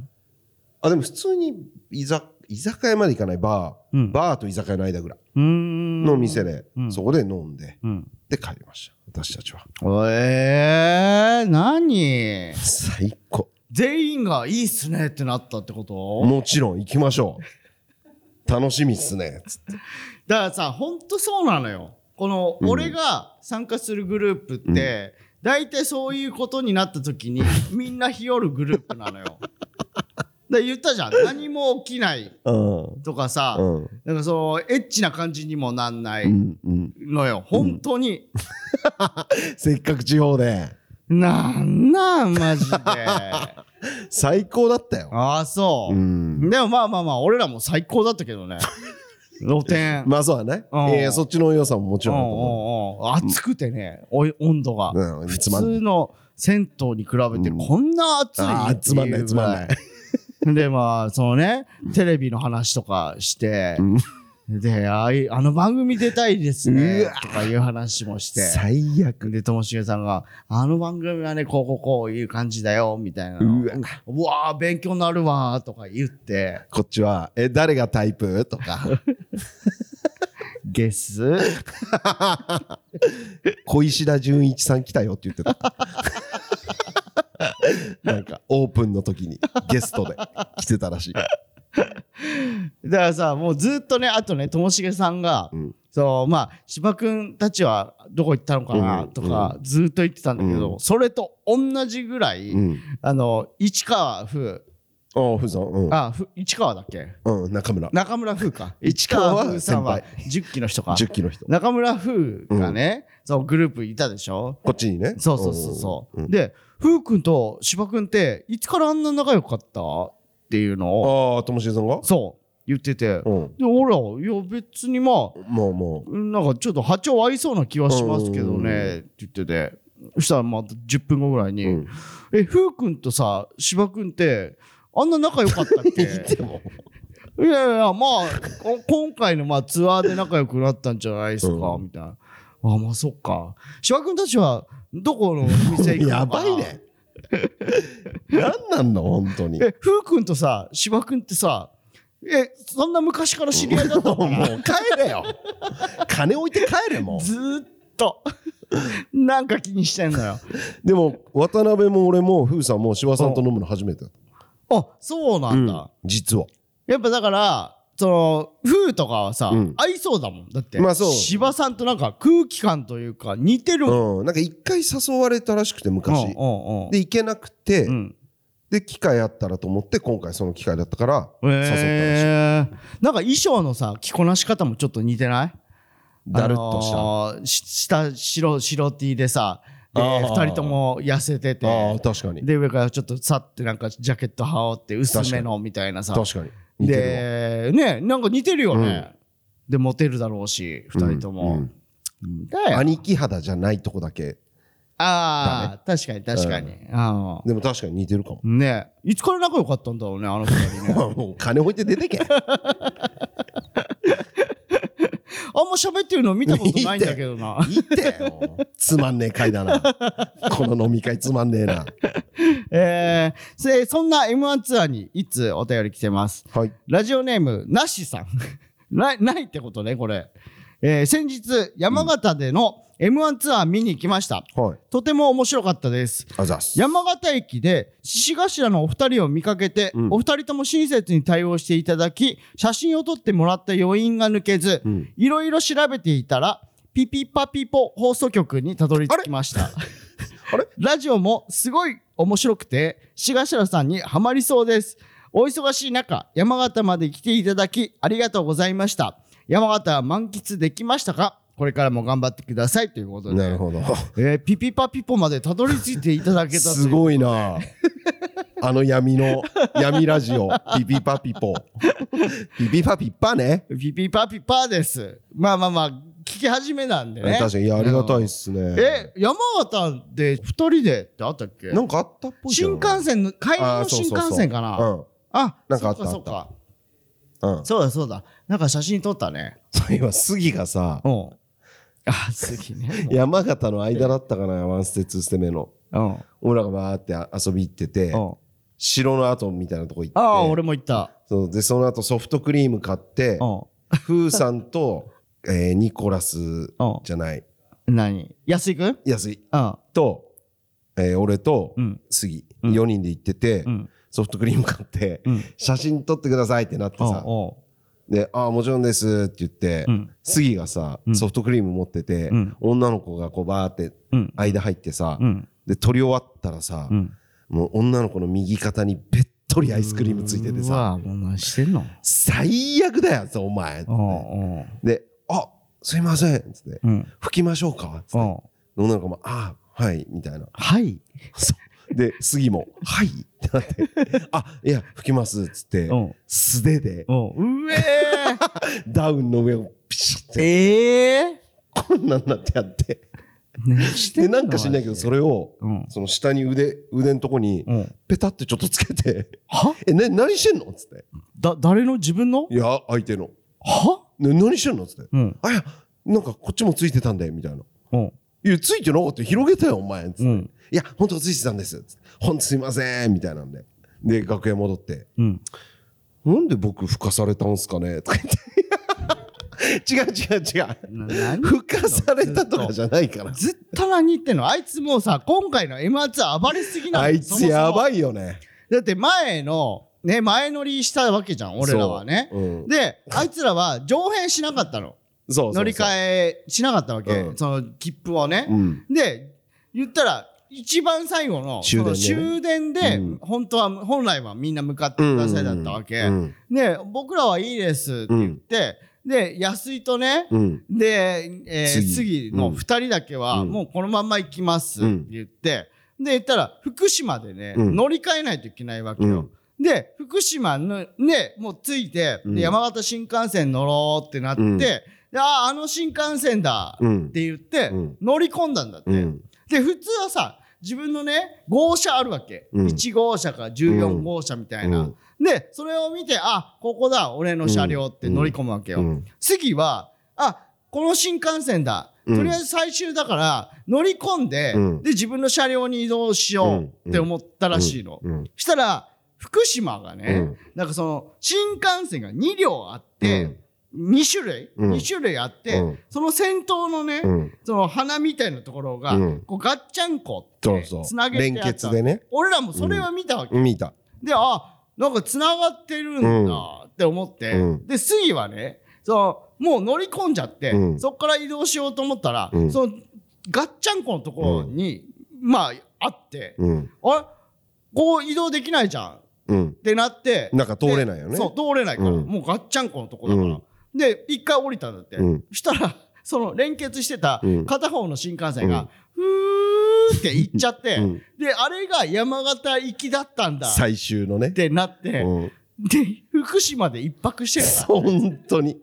あでも普通に居酒居酒屋まで行かないバー、
うん
バーと居酒屋の間ぐらいう
ーん。
の店で、
うん
そこで飲んで
うん。
で帰りました私たちは
ええー、何
最高
全員がいいっすねってなったってこと
もちろん行きましょう楽しみっすねつって
だからさ、ほんとそうなのよ。この、
うん
俺が参加するグループって、大体そういうことになった時 に、みんな日和るグループなのよ。で言ったじゃん。何も起きない
うん
とかさ、
うん
なんかその、エッチな感じにもなんな
う
い
んうん
のよ。本当に。
せっかく地方で
なんなん、マジで。
最高だったよ
ああ、そうう。
ん
でもまあまあまあ、俺らも最高だったけどね。露天。
まあそうはね
うん。
えーそっちの良さももち
う
ろんあると思
んうんうん暑くてね、おい温度が。
うん
普
つまんない
通の銭湯に比べて
うん
こんな暑い
あーつまんないつまんない
い。 で、まあ、そのね、テレビの話とかして、で、あいあの番組出たいです
う
ね
わ、
とかいう話もし
う。
て。
最悪。
で、ともしげさんが、あの番組はね、こうこうこういう感じだよ、みたいなの。
うわ
うわー勉強になるわーとか言って、
こっちは、え、誰がタイプとか、
ゲス
小石田純一さん来たよって言って た。なんか、オープンの時にゲストで来てたらしい。
だからさもうずっとねあとねともしげさんが、
うん
そうまあ芝君たちはどこ行ったのかな
うん
とか、ずっと言ってたんだけど、
う
それと同じぐらい、
うん。
あの市川風
ああ、ふざ、うん。
あふ市川だっけ
うん、中村。
中村風か
市川は
市風さんは
先
10期の人か
10キロ人。
中村風がね、そうグループいたでしょ
こっちにね。
そうそうそうそう、
ん
で風君と芝君っていつからあんな仲良かったっていうのを
ああ、ともしげさんが
そう言ってて、
うん。
で俺らいや別にまあ
もうも
なんかちょっと波長合いそうな気はしますけどねって言っててそしたらまた10分後ぐらいに
う。
「
うん。
えふうくんとさ芝くんってあんな仲良かったっ け? 」い
も。
やいやまあこ今回のまあツアーで仲良くなったんじゃないですか、
うん
みたいな。あまあそっか芝くんたちはどこのお店行くのかな
やばいね。何なんだ、本当に。
えふうくんとさ芝くんってさえそんな昔から知り合いだったのか な
もう帰れよ。金置いて帰れも
ずーっと なんか気にしてんのよ
う。でも、渡辺も俺も、ふうさんも、しわさんと飲むの初めてだった。
あそうなんだ、
実は。
やっぱだからその風とかはさ、
うん
合いそうだもんだって、
まあそう
芝さんとなんか空気感というか似てるもん
うん。なんか一回誘われたらしくて、
うん
昔。
うんうん
で、行けなくて
う、ん
で、機会あったらと思って、今回その機会だったから、誘ったらしい。
えー、なんか衣装のさ着こなし方もちょっと似てない
だるっとした。あ
あのーし下白白 T でさで
あー
2人とも痩せてて
あ、確かに。
で上からちょっとさってなんかジャケット羽織って薄め
確
のみたいなさ
確かに。似てるわ
でねなんか似てるよね、でモテるだろうし2人とも、
うん
うんだよ
兄貴肌じゃないとこだけ。
ああ、確かに確かに。あ
でも確かに似てるかも。
ーねえ、いつから仲良かったんだろうね、あの二 人 ね。
まあもう金置いて出てけ。
あんま喋ってるの見たことないんだけどな。
いいってよ。つまんねえ会だな。この飲み会つまんねえな。
えー、せそんな M1 ツアーにいつお便り来てます。
はい。
ラジオネーム、なしさん。 ない、ないってことね、これ。えー、先日、山形での M1 ツアー見に行きました。
はい。
とても面白かったです。
あざっす。
山形駅で獅子頭のお二人を見かけて、
うん
お二人とも親切に対応していただき写真を撮ってもらった余韻が抜けず
うん
いろいろ調べていたらピピパピポ放送局にたどり着きました
あれ
ラジオもすごい面白くて獅子頭さんにはまりそうですお忙しい中山形まで来ていただきありがとうございました山形は満喫できましたかこれからも頑張ってくださいということで
なるほど。
えーピピパピポまでたどり着いていただけたという
すごいな。あの闇の闇ラ ジオピピパピポピピパピッパね。
ピピパピパです。まあまあまあ、聞き始めなんでね。
確かにいやありがたいっすね。
うん。え、山形で二人でってあったっけ
なんかあったっぽいじゃん
新幹線の、帰り
あ
の
ーそう
新
そうそう
幹線かなあ、
なんかあった
そうか
うんうん。
そうか。そうだそうだ。なんか写真撮ったね。
そういえば杉がさ
うん。あ、次ね。
山形の間だったかなワンステツーステ目の。
うん。うん。
俺らがバーって遊び行ってて
あ
城の跡みたいなとこ行って
あー、俺も行った。
そうでその後ソフトクリーム買って
うん。
ふーさんと、えーニコラス
うん
じゃない
何安井くんうん。
安井
あ
と、えー俺と
うん
杉、
うん
4人で行ってて、
うん
ソフトクリーム買って、
うん
写真撮ってくださいってなってさ
お
で「ああもちろんです」って言って、
うん
杉がさ
うん
ソフトクリーム持ってて、
うん
女の子がこうバーって
ううん。
間入ってさ、
うん。
で撮り終わったらさ、
うん。
もう女の子の右肩にべっとりアイスクリームついてて
う
さ
わもう何してんの
「最悪だよお前」
うん。うん
で「あすいません」っつって
うん。
「拭きましょうか」っつって
うん。
女の子も「ああはい」みたいな
はい。
で杉も「はい」 ってなって「あいや拭きます」っつって
うん。
素手で
おううえー
ダウンの上をピシ ッて、
ええ
こんなんなってやって。
何して
で、
の
なんか知んないけど、それを、
うん。
その下に腕、腕のとこに、
うん。
ペタってちょっとつけて、
は
え、な、何してんのつって。
だ、誰の自分の
いや、相手の。
は
ね、何してんのつって。
うん。
あ、いや、なんかこっちもついてたんだよ、みたいな。
うん。
いや、ついてなかったよ広げたよ、お前。つって
うん。
いや、本当はついてたんです。つってほんとすいません、みたいなんで。で、楽屋戻って、
うん。
なんで僕、吹かされたんすかねとか言 って。違う違う違う。
な何
吹かされたとかじゃないから。
ずっと何言ってんのあいつもうさ、今回の M1 暴れすぎなの
あい
そも
つ
そも
やばいよね。
だって前の、ね、前乗りしたわけじゃん、俺らはね。
そううん
で、あいつらは上辺しなかったの。
そうそうそう
乗り換えしなかったわけ。
うん
その切符をね。
うん。
で、言ったら、一番最後の
終電でね
その終電で、
うん
本当は、本来はみんな向かってくださいだったわけ。
うん。
で、僕らはいいですって言って、で、安井とね、
うん。
で、え
次
ー、次の
うん
2人だけは、
うん
もうこのまんま行きますって言って、で、言ったら、福島でね、
うん
乗り換えないといけないわけ
う
よ
ん。。
で、福島の、ね、もう着いて、
うん
で山形新幹線乗ろうってなって、
うん
でああ、あの新幹線だ
う
っ
ん。
て言って、
うん
乗り込んだんだって。
うん。
で、普通はさ、自分のね、号車あるわけ。
うん
1号車から14号車みたいな。
うん
で、それを見て、あ、ここだ、俺の車両って乗り込むわけよ。
うん
次は、あ、この新幹線だ。
うん
とりあえず最終だから、乗り込んで、
うん
で、自分の車両に移動しようって思ったらしいの。
うん。
したら、福島がね、
うん
なんかその、新幹線が2両あって、2種類、
うん
2種類あって、
うん
その先頭のね、
うん。
その花みたいなところが、
うん
こうガッチャンコっ
そ
て
うそう。
つなげてあった
連結でね。
俺らもそれは見たわけ、
見た。
であなんかつながってるんだって思って、
うん
で杉はねそのもう乗り込んじゃって、
うん
そこから移動しようと思ったら、
うん
そのガッチャンコのところに、まああって、
うん。
あれこう移動できないじゃんっ
うん。
てなって
なんか通れないよ
で
ね。
そう通れないから、
うん
もうガッチャンコのとこだから、
うん
で一回降りたんだって、
うん
そしたらその連結してた
うん
片方の新幹線
うん
が、ふーって行っちゃって、
うん
であれが山形行きだったんだっ
最終のね。
てなって、
うん。
で福島で一泊してるから
本当に。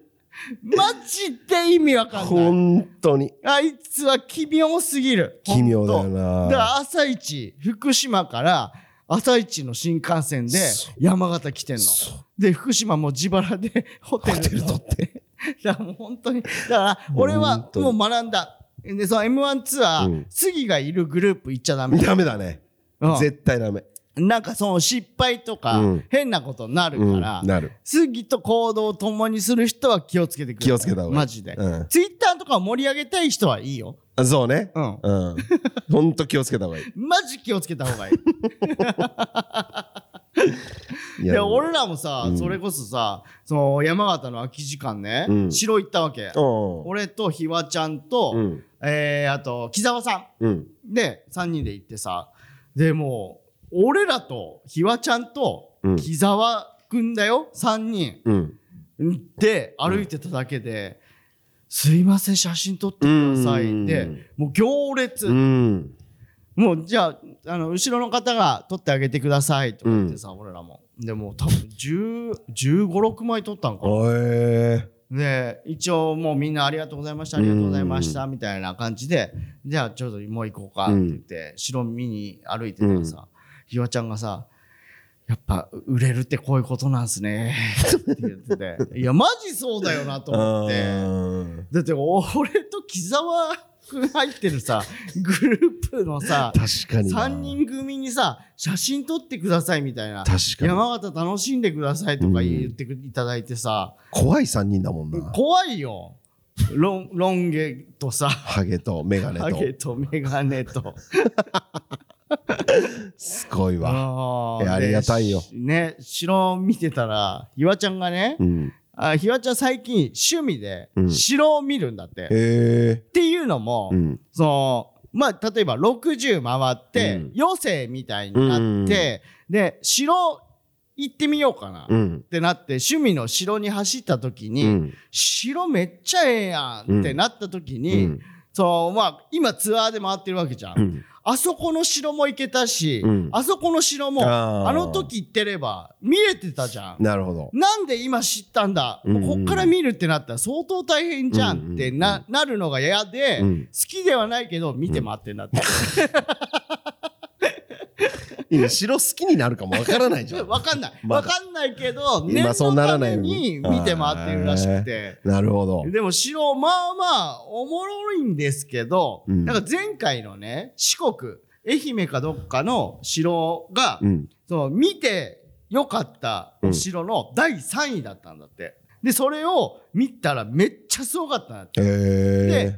マジで意味わかんない
本当に。
あいつは奇妙すぎる
奇妙だよ
本当
な。
だから朝一福島から朝一の新幹線で
そう
山形来てんの
そう
で福島も自腹で ホテ
ホテル
ル
取って。
だからもう本当にだから俺は
本当
も
に
う学んだでその m 1ツアー、
うん
杉がいるグループ行っちゃダメ、
ダメだね。
うん
絶対ダメ。
なんかその失敗とか、
うん
変なことになる
うん
から、
なる。
杉と行動を共にする人は気をつけてくれ
気をつけた方がいい
マジで、
うん
ツイッターとかを盛り上げたい人はいいよ
あそうね。
うん
うん。本当気をつけた方がいい。
マジ気をつけた方がいい
い
いや俺らもさ、
うん
それこそさその山形の空き時間ね、
うん
城行ったわけ、
うん。
俺とひわちゃんと、
うん。
えー、あと木澤さん
うん。
で3人で行ってさでもう俺らとひわちゃんと
うん
木澤くんだよ3人
うん。
で歩いてただけで「すいません写真撮ってください」
う
で
ん
もう行列、
うん。
もうじゃああの後ろの方が撮ってあげてくださいとか言ってさ、俺らもでもう多分1 5 6枚撮ったんかな
え
で一応もうみんなありがとうございましたありがとうございましたみたいな感じでじゃあちょっともう行こうかって言って城見に歩いてたらさひわちゃんがさやっぱ売れるってこういうことなんすねって言って ていやマジそうだよなと思って
ー。
だって俺と木澤君入ってるさグループのさ
確かにな。
3人組にさ写真撮ってくださいみたいな
確かに。
山形楽しんでくださいとか言ってくいただいてさ、
怖い3人だもんな。
怖いよロンロン毛とさ
ハゲとメガネ
ハゲ
と。
とメガネと
すごいわ。
あ
いやありがたいよ
ね城見てたらひわちゃんがね、
うん。
あひわちゃん最近趣味で
うん
城を見るんだって、っ
え
ていうのも、
ー。うん。
そのまあ例えば60回って、
うん
余生みたいになって、で城行ってみようかな、
う
っ
ん。
てなって趣味の城に走った時に、
うん。
城めっちゃええやんってなった時
う
に、
ん。
そうまあ今ツアーで回ってるわけじゃん、
うん
あそこの城も行けたし、
うん
あそこの城も
あー
あの時行ってれば見れてたじゃん。
なるほど。
なんで今知ったんだ、
うんうん
こっから見るってなったら相当大変じゃんってな,、なるのが嫌で、
うん
好きではないけど見て待ってんだって。
いや城好きになるかもわからない じゃん。
わかんない。
ま
わ
だ
かんないけど、念
今
の
そうな
た
らない
め
よう
に
に
見て回ってるらしくて。
なるほど。
でも城、まあまあ、おもろいんですけど、
うん
なんか前回のね、四国、愛媛かどっかの城が、
うん。
その見てよかったお城の第3位だったんだって。で、それを見たらめっちゃすごかったなって。
へ
で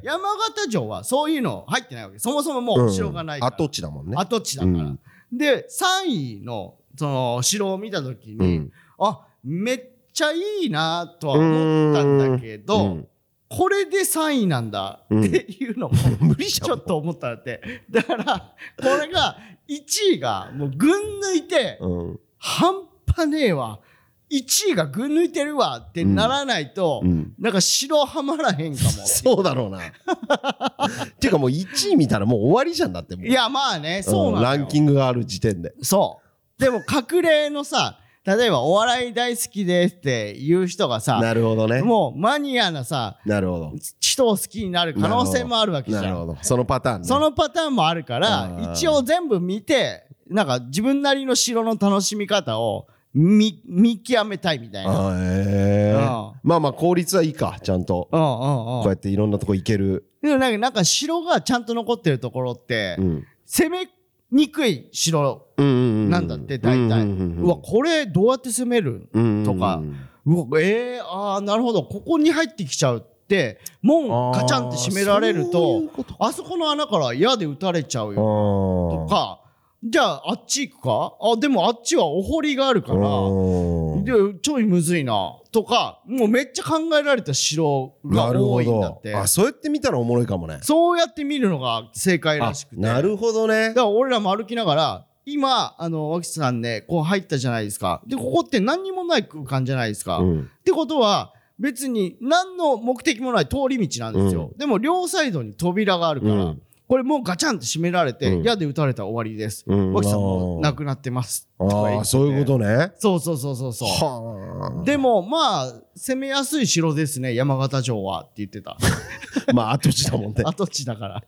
え。、
山形城はそういうの入ってないわけ。そもそももうお城がないから。
跡地だもんね。
跡地だから。
うん
で、3位の、その、城を見たとき
う
に、
ん。
あ、めっちゃいいなとは思ったんだけど、
うん
これで3位なんだっていうのも、
無理じゃん
ちょっと思ったんだって。だから、これが、1位がもう群抜いて、
うん。
半端ねえわ。1位が群抜いてるわってならないと、
うん
なんか城はまらへんかも。
そうだ ろうな。ていうかもう1位見たらもう終わりじゃんだってもう。
いや、まあね、そうなんだよ
ランキングがある時点で。
そう。でも、隠れのさ、例えば、お笑い大好きですって言う人がさ、
なるほどね。
もうマニアなさ、
なるほど。
人を好きになる可能性もあるわけじ
な
ゃ
る
ん。
ほど。そのパターンね。
そのパターンもあるか
あ
ら、
ー
一応全部見て、なんか自分なりの城の楽しみ方を見、見極めたいみたいな。
あへえ
うん
まあまあ効率はいいか、ちゃんと。
うん
こ
うん
う
う
や
ん。
っていろんなとこ行ける。
でもなんか、なんか城がちゃんと残ってるところって
う、ん。
攻めにくい城
うんうんう
なんだって、大体。うわ、これどうやって攻めるとかうわえー、ああなるほどここに入ってきちゃうって門カチャンって閉められる
そうい
と
うこと
あそこの穴から矢で撃たれちゃうよと
か
かじゃああっち行くかあでもあっちはお堀があるから
うん
でちょいむずいなとかもうめっちゃ考えられた城が
なる
多
ほ
いんだっ
ど
て
あそうやって見たらおもろいかもね
そうやって見るのが正解
あ
らしくて
なるほどね
だから俺らも歩きながら今あの脇さんねこう入ったじゃないですかでここって何にもない空間じゃないですか、
うん
ってことは別に何の目的もない通り道なんですよ、でも両サイドに扉があるから、
うん
これもうガチャンって閉められて、
うん
矢で撃たれたら終わりです、
うん
脇さんもう亡くなってます
あーそういうことね
そうそうそうそうそう
は
でもまあ攻めやすい城ですね山形城はって言っ てた
あまあ跡地だもんね
跡地だから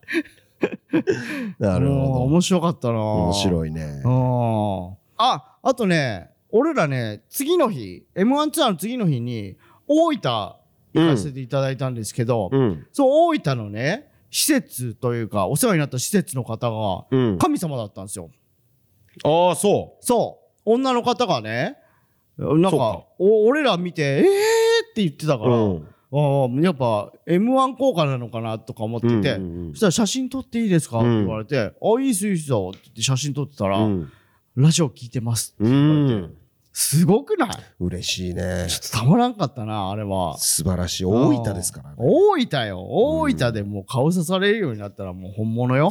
なる
うん
ほど
面白かったな
面
い
白いね
ああとね俺らね次の日 m 1ツアーの次の日に大分行かせていただいたんですけど、
うん
そう、大分のね、施設というか、お世話になった施設の方が、
うん
神様だったんですよ。
ああそ
そう。女の方がね、なんか、
そうか
お俺ら見て、えーって言ってたか
う
ら、
うん
ああ、やっぱ、M1 効果なのかなとか思ってて、
うんうんうん
そしたら写真撮っていいですか、
うん
って言われて、あ、いいっすよ、いいっすよって言って写真撮ってたら、
うん
ラジオ聞いてます。
うん
すごくない
嬉しいね
ちょっとたまらんかったな、あれは。
素晴らしい大分ですからね
大分よ。大分でもう顔刺されるようになったらもう本物よ。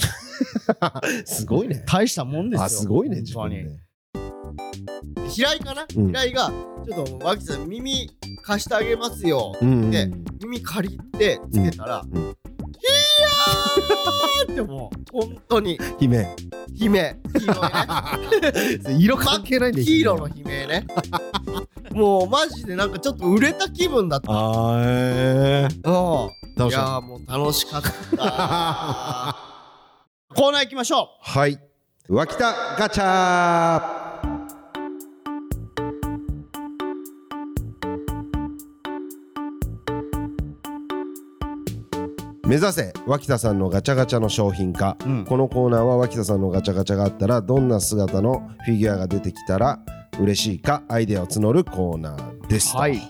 すごいね
大したもんですよ。
あすごいね
本
自
当
分
に。
で
平井かな、
うん
平井が、ちょっと、脇さん、耳貸してあげますよ。
うん
で耳借りて、つけたら、
うんうん
ひやーってもう、本当に、
姫
悲鳴。黄色いね。
色関係ないんだよ
ヒーローの悲鳴ね。もう、マジでなんかちょっと売れた気分だった。
あーえー
うん
楽
い
しかった
やー、もう楽しかったな。コーナー行きましょう。
はい。脇田ガチャ目指せ脇田さんのガチャガチャの商品化、
うん
このコーナーは脇田さんのガチャガチャがあったらどんな姿のフィギュアが出てきたら嬉しいかアイデアを募るコーナーですと
はい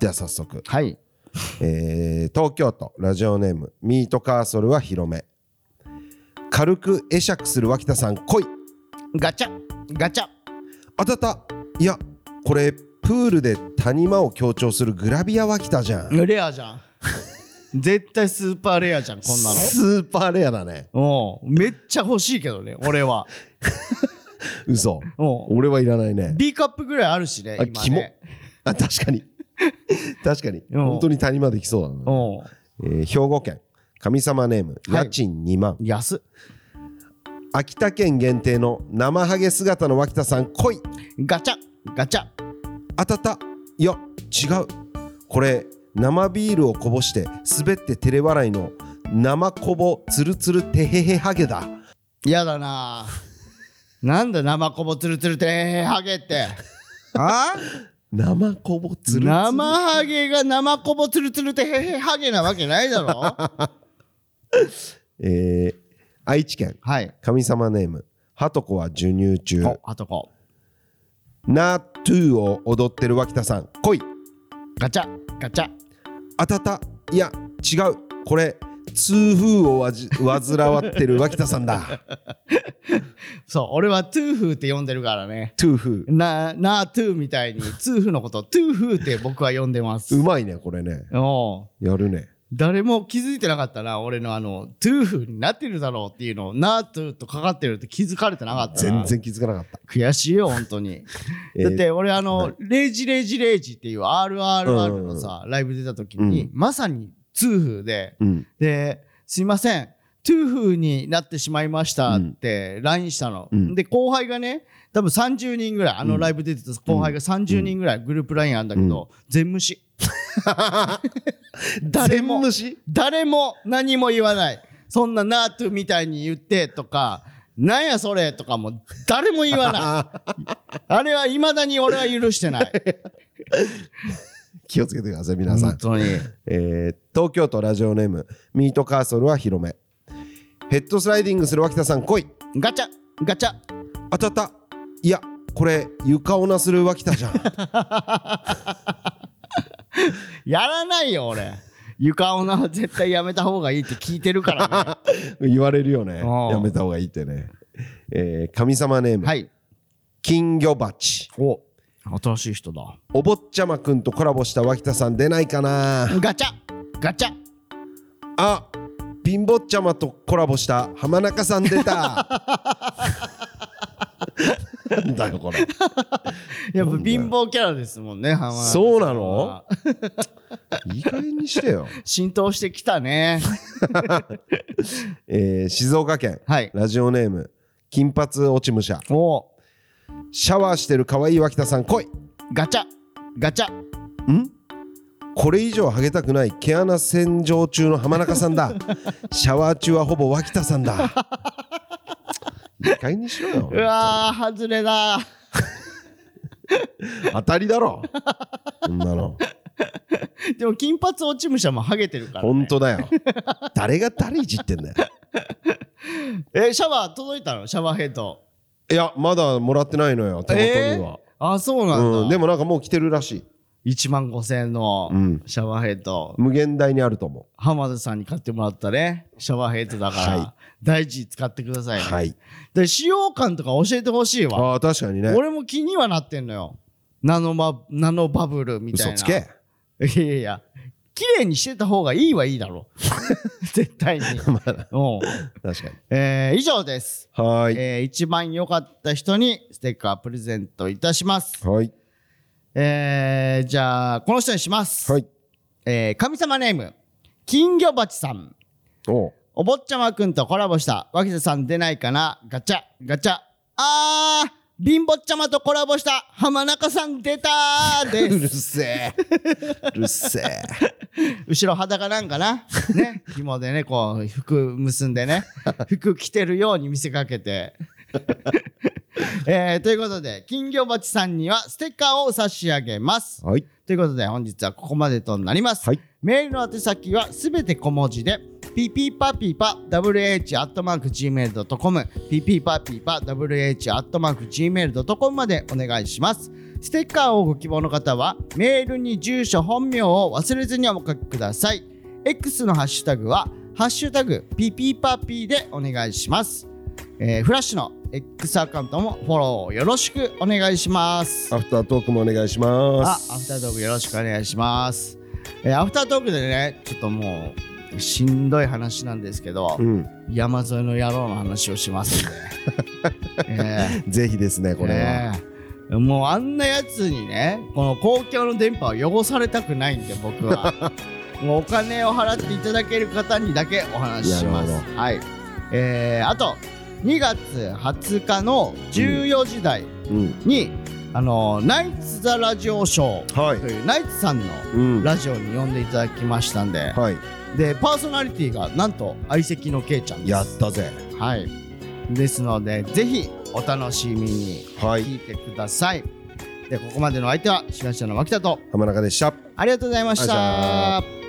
では早速、
はい。
えー東京都ラジオネームミートカーソルは広め軽く会釈する脇田さん来い
ガチャ、ガチャ。
あたたいやこれプールで谷間を強調するグラビア脇田じゃん
レアじゃん。 絶対スーパーレアじゃん、こんなの。
スーパーレアだね
おめっちゃ欲しいけどね、俺は。
嘘
お
俺はいらないね
B カップぐらいあるしね、
あ
今
キモ
ね。
あ確かに確かに
うん
本当に谷間できそうだな、
お
えー兵庫県神様ネーム
はい
家賃2万、
安。
秋田県限定の生ハゲ姿の脇田さん来い
ガチャガチャ
あたたいや違うこれ生ビールをこぼして滑って照れ笑いの生こぼつるつるてへへハゲだ
嫌だななんだ生こぼつるつるてへへハゲってあ
生こぼつるつる
生ハゲが生こぼつるつるてへへハゲなわけないだろ
えー愛知県
はい
神様ネームハトコは授乳中
おあとこ
ナートゥーを踊ってる脇田さん来い
ガチャガチャ
あたたいや違うこれ痛風をわじ 煩わってる脇田さん だ
そう俺はトゥーフーって呼んでるからね
痛風
ななトゥーみたいにトゥーフのことトゥーフーって僕は呼んでます
うまいねこれね
おう
やるね
誰も気づいてなかったな俺のあのトゥーフーになってるだろうっていうのをなートゥーとかかってるって気づかれてなかったな
全然気づかなかった
悔しいよ本当に
えー
だって俺あの「レイジレイジレイジ」っていう RRR のさライブ出た時に
う
まさにトゥーフーで
うん
で「すいませんトゥーフーになってしまいました」って LINE したの、
うん
で後輩がね多分30人ぐらいあのライブ出てた後輩が30人ぐらいグループ LINE あるんだけど、全 無視誰も
全無視
誰も何も言わないそんなナートゥーみたいに言ってとかなんやそれとかも誰も言 わないあれはいまだに俺は許してない
気をつけてください皆さん
本当に
えー東京都ラジオネームミートカーソルは広めヘッドスライディングする脇田さん来い
ガチャガチャ
あたたいやこれ床オナする脇田 じゃん
やらないよ俺床女は絶対やめた方がいいって聞いてるから ね
言われるよね
うん
やめた方がいいってね、えー神様ネーム、
はい
金魚鉢
お新しい人だ
お坊ちゃまくんとコラボした脇田さん出ないかな
ガチャガチャ
あ貧乏ちゃまとコラボした浜中さん出たなんだよこれ
やっぱ貧乏キャラですもんね浜田さん
そうなのいい加減にしてよ、
浸透してき たね
えー静岡県
はい
ラジオネーム金髪落ち武者
お
シャワーしてる可愛い脇田さん来い
ガチャガチャ
これ以上ハゲたくない毛穴洗浄中の浜中さんだシャワー中はほぼ脇田さんだいい加減にしろよ
うわー外れだ
当たりだろそんなの
でも金髪落ち武者もハゲてるから、ね、
本当だよ誰が誰いじってんだよ
えーシャワー届いたのシャワーヘッド
いやまだもらってないのよ手元には、
えーあそうなんだ、
うん、でもなんかもう来てるらしい
1万5000円の
うん
シャワーヘッド、
無限大にあると思
浜田さんに買ってもらったねシャワーヘッドだから、
は
大事に使ってくださ
う
いね、
はい
で使用感とか教えてほしいわ
ああ確かにね
俺も気にはなってんのよナノマナノバブルみたい
嘘
な
つけ
いやいやいや綺麗にしてた方がいいはいいだ ろ絶対に、うん
確かに
えー以上です
はーい、
えー一番良かった人にステッカープレゼントいたします。
はい
えーじゃあ、この人にします。
はい
えー神様ネーム、金魚鉢さん。
おう
お坊ちゃまくんとコラボした、脇田さん出ないかなガチャ、ガチャ。あー、貧乏ちゃまとコラボした、浜中さん出た ー
う
で
る
す。
せえうる せえ
後ろ裸なんかなね。紐でね、こう、服結んでね。服着てるように見せかけて。 えーということで、金魚鉢さんにはステッカーを差し上げます。
はい
ということで、本日はここまでとなります。
はい
メールの宛先はすべて小文字で、ピピパピパ wh.gmail.com、ピピパピパ wh.gmail.com までお願いします。ステッカーをご希望の方は、メールに住所、本名を忘れずにお書きください。X のハッシュタグは、ハッシュタグピピパピでお願いします。えーフラッシュの X アカウントもフォローよろしくお願いします。
アフタートークもお願いします
あ、アフタートークよろしくお願いします。えーアフタートークでね、ちょっともうしんどい話なんですけど、
うん
山添の野郎の話をしますん で。え
ぜひですね
ー
これは、
えーもうあんなやつにね、この公共の電波を汚されたくないんで、僕は。もうお金を払っていただける方にだけお話しします
なる。
はい。えーあと、 2月20日の14時台
うん
に、あのナイツ・ザ・ラジオショー
はい
という、ナイツさんの
うん
ラジオに呼んでいただきましたんで、
はい
でパーソナリティがなんと相席のけいちゃんです
やったぜ
はいですのでぜひお楽しみに
はい
聞いてください、でここまでの相手は志願者の脇田と
浜中でした
ありがとうございまし
ありがとうございま
た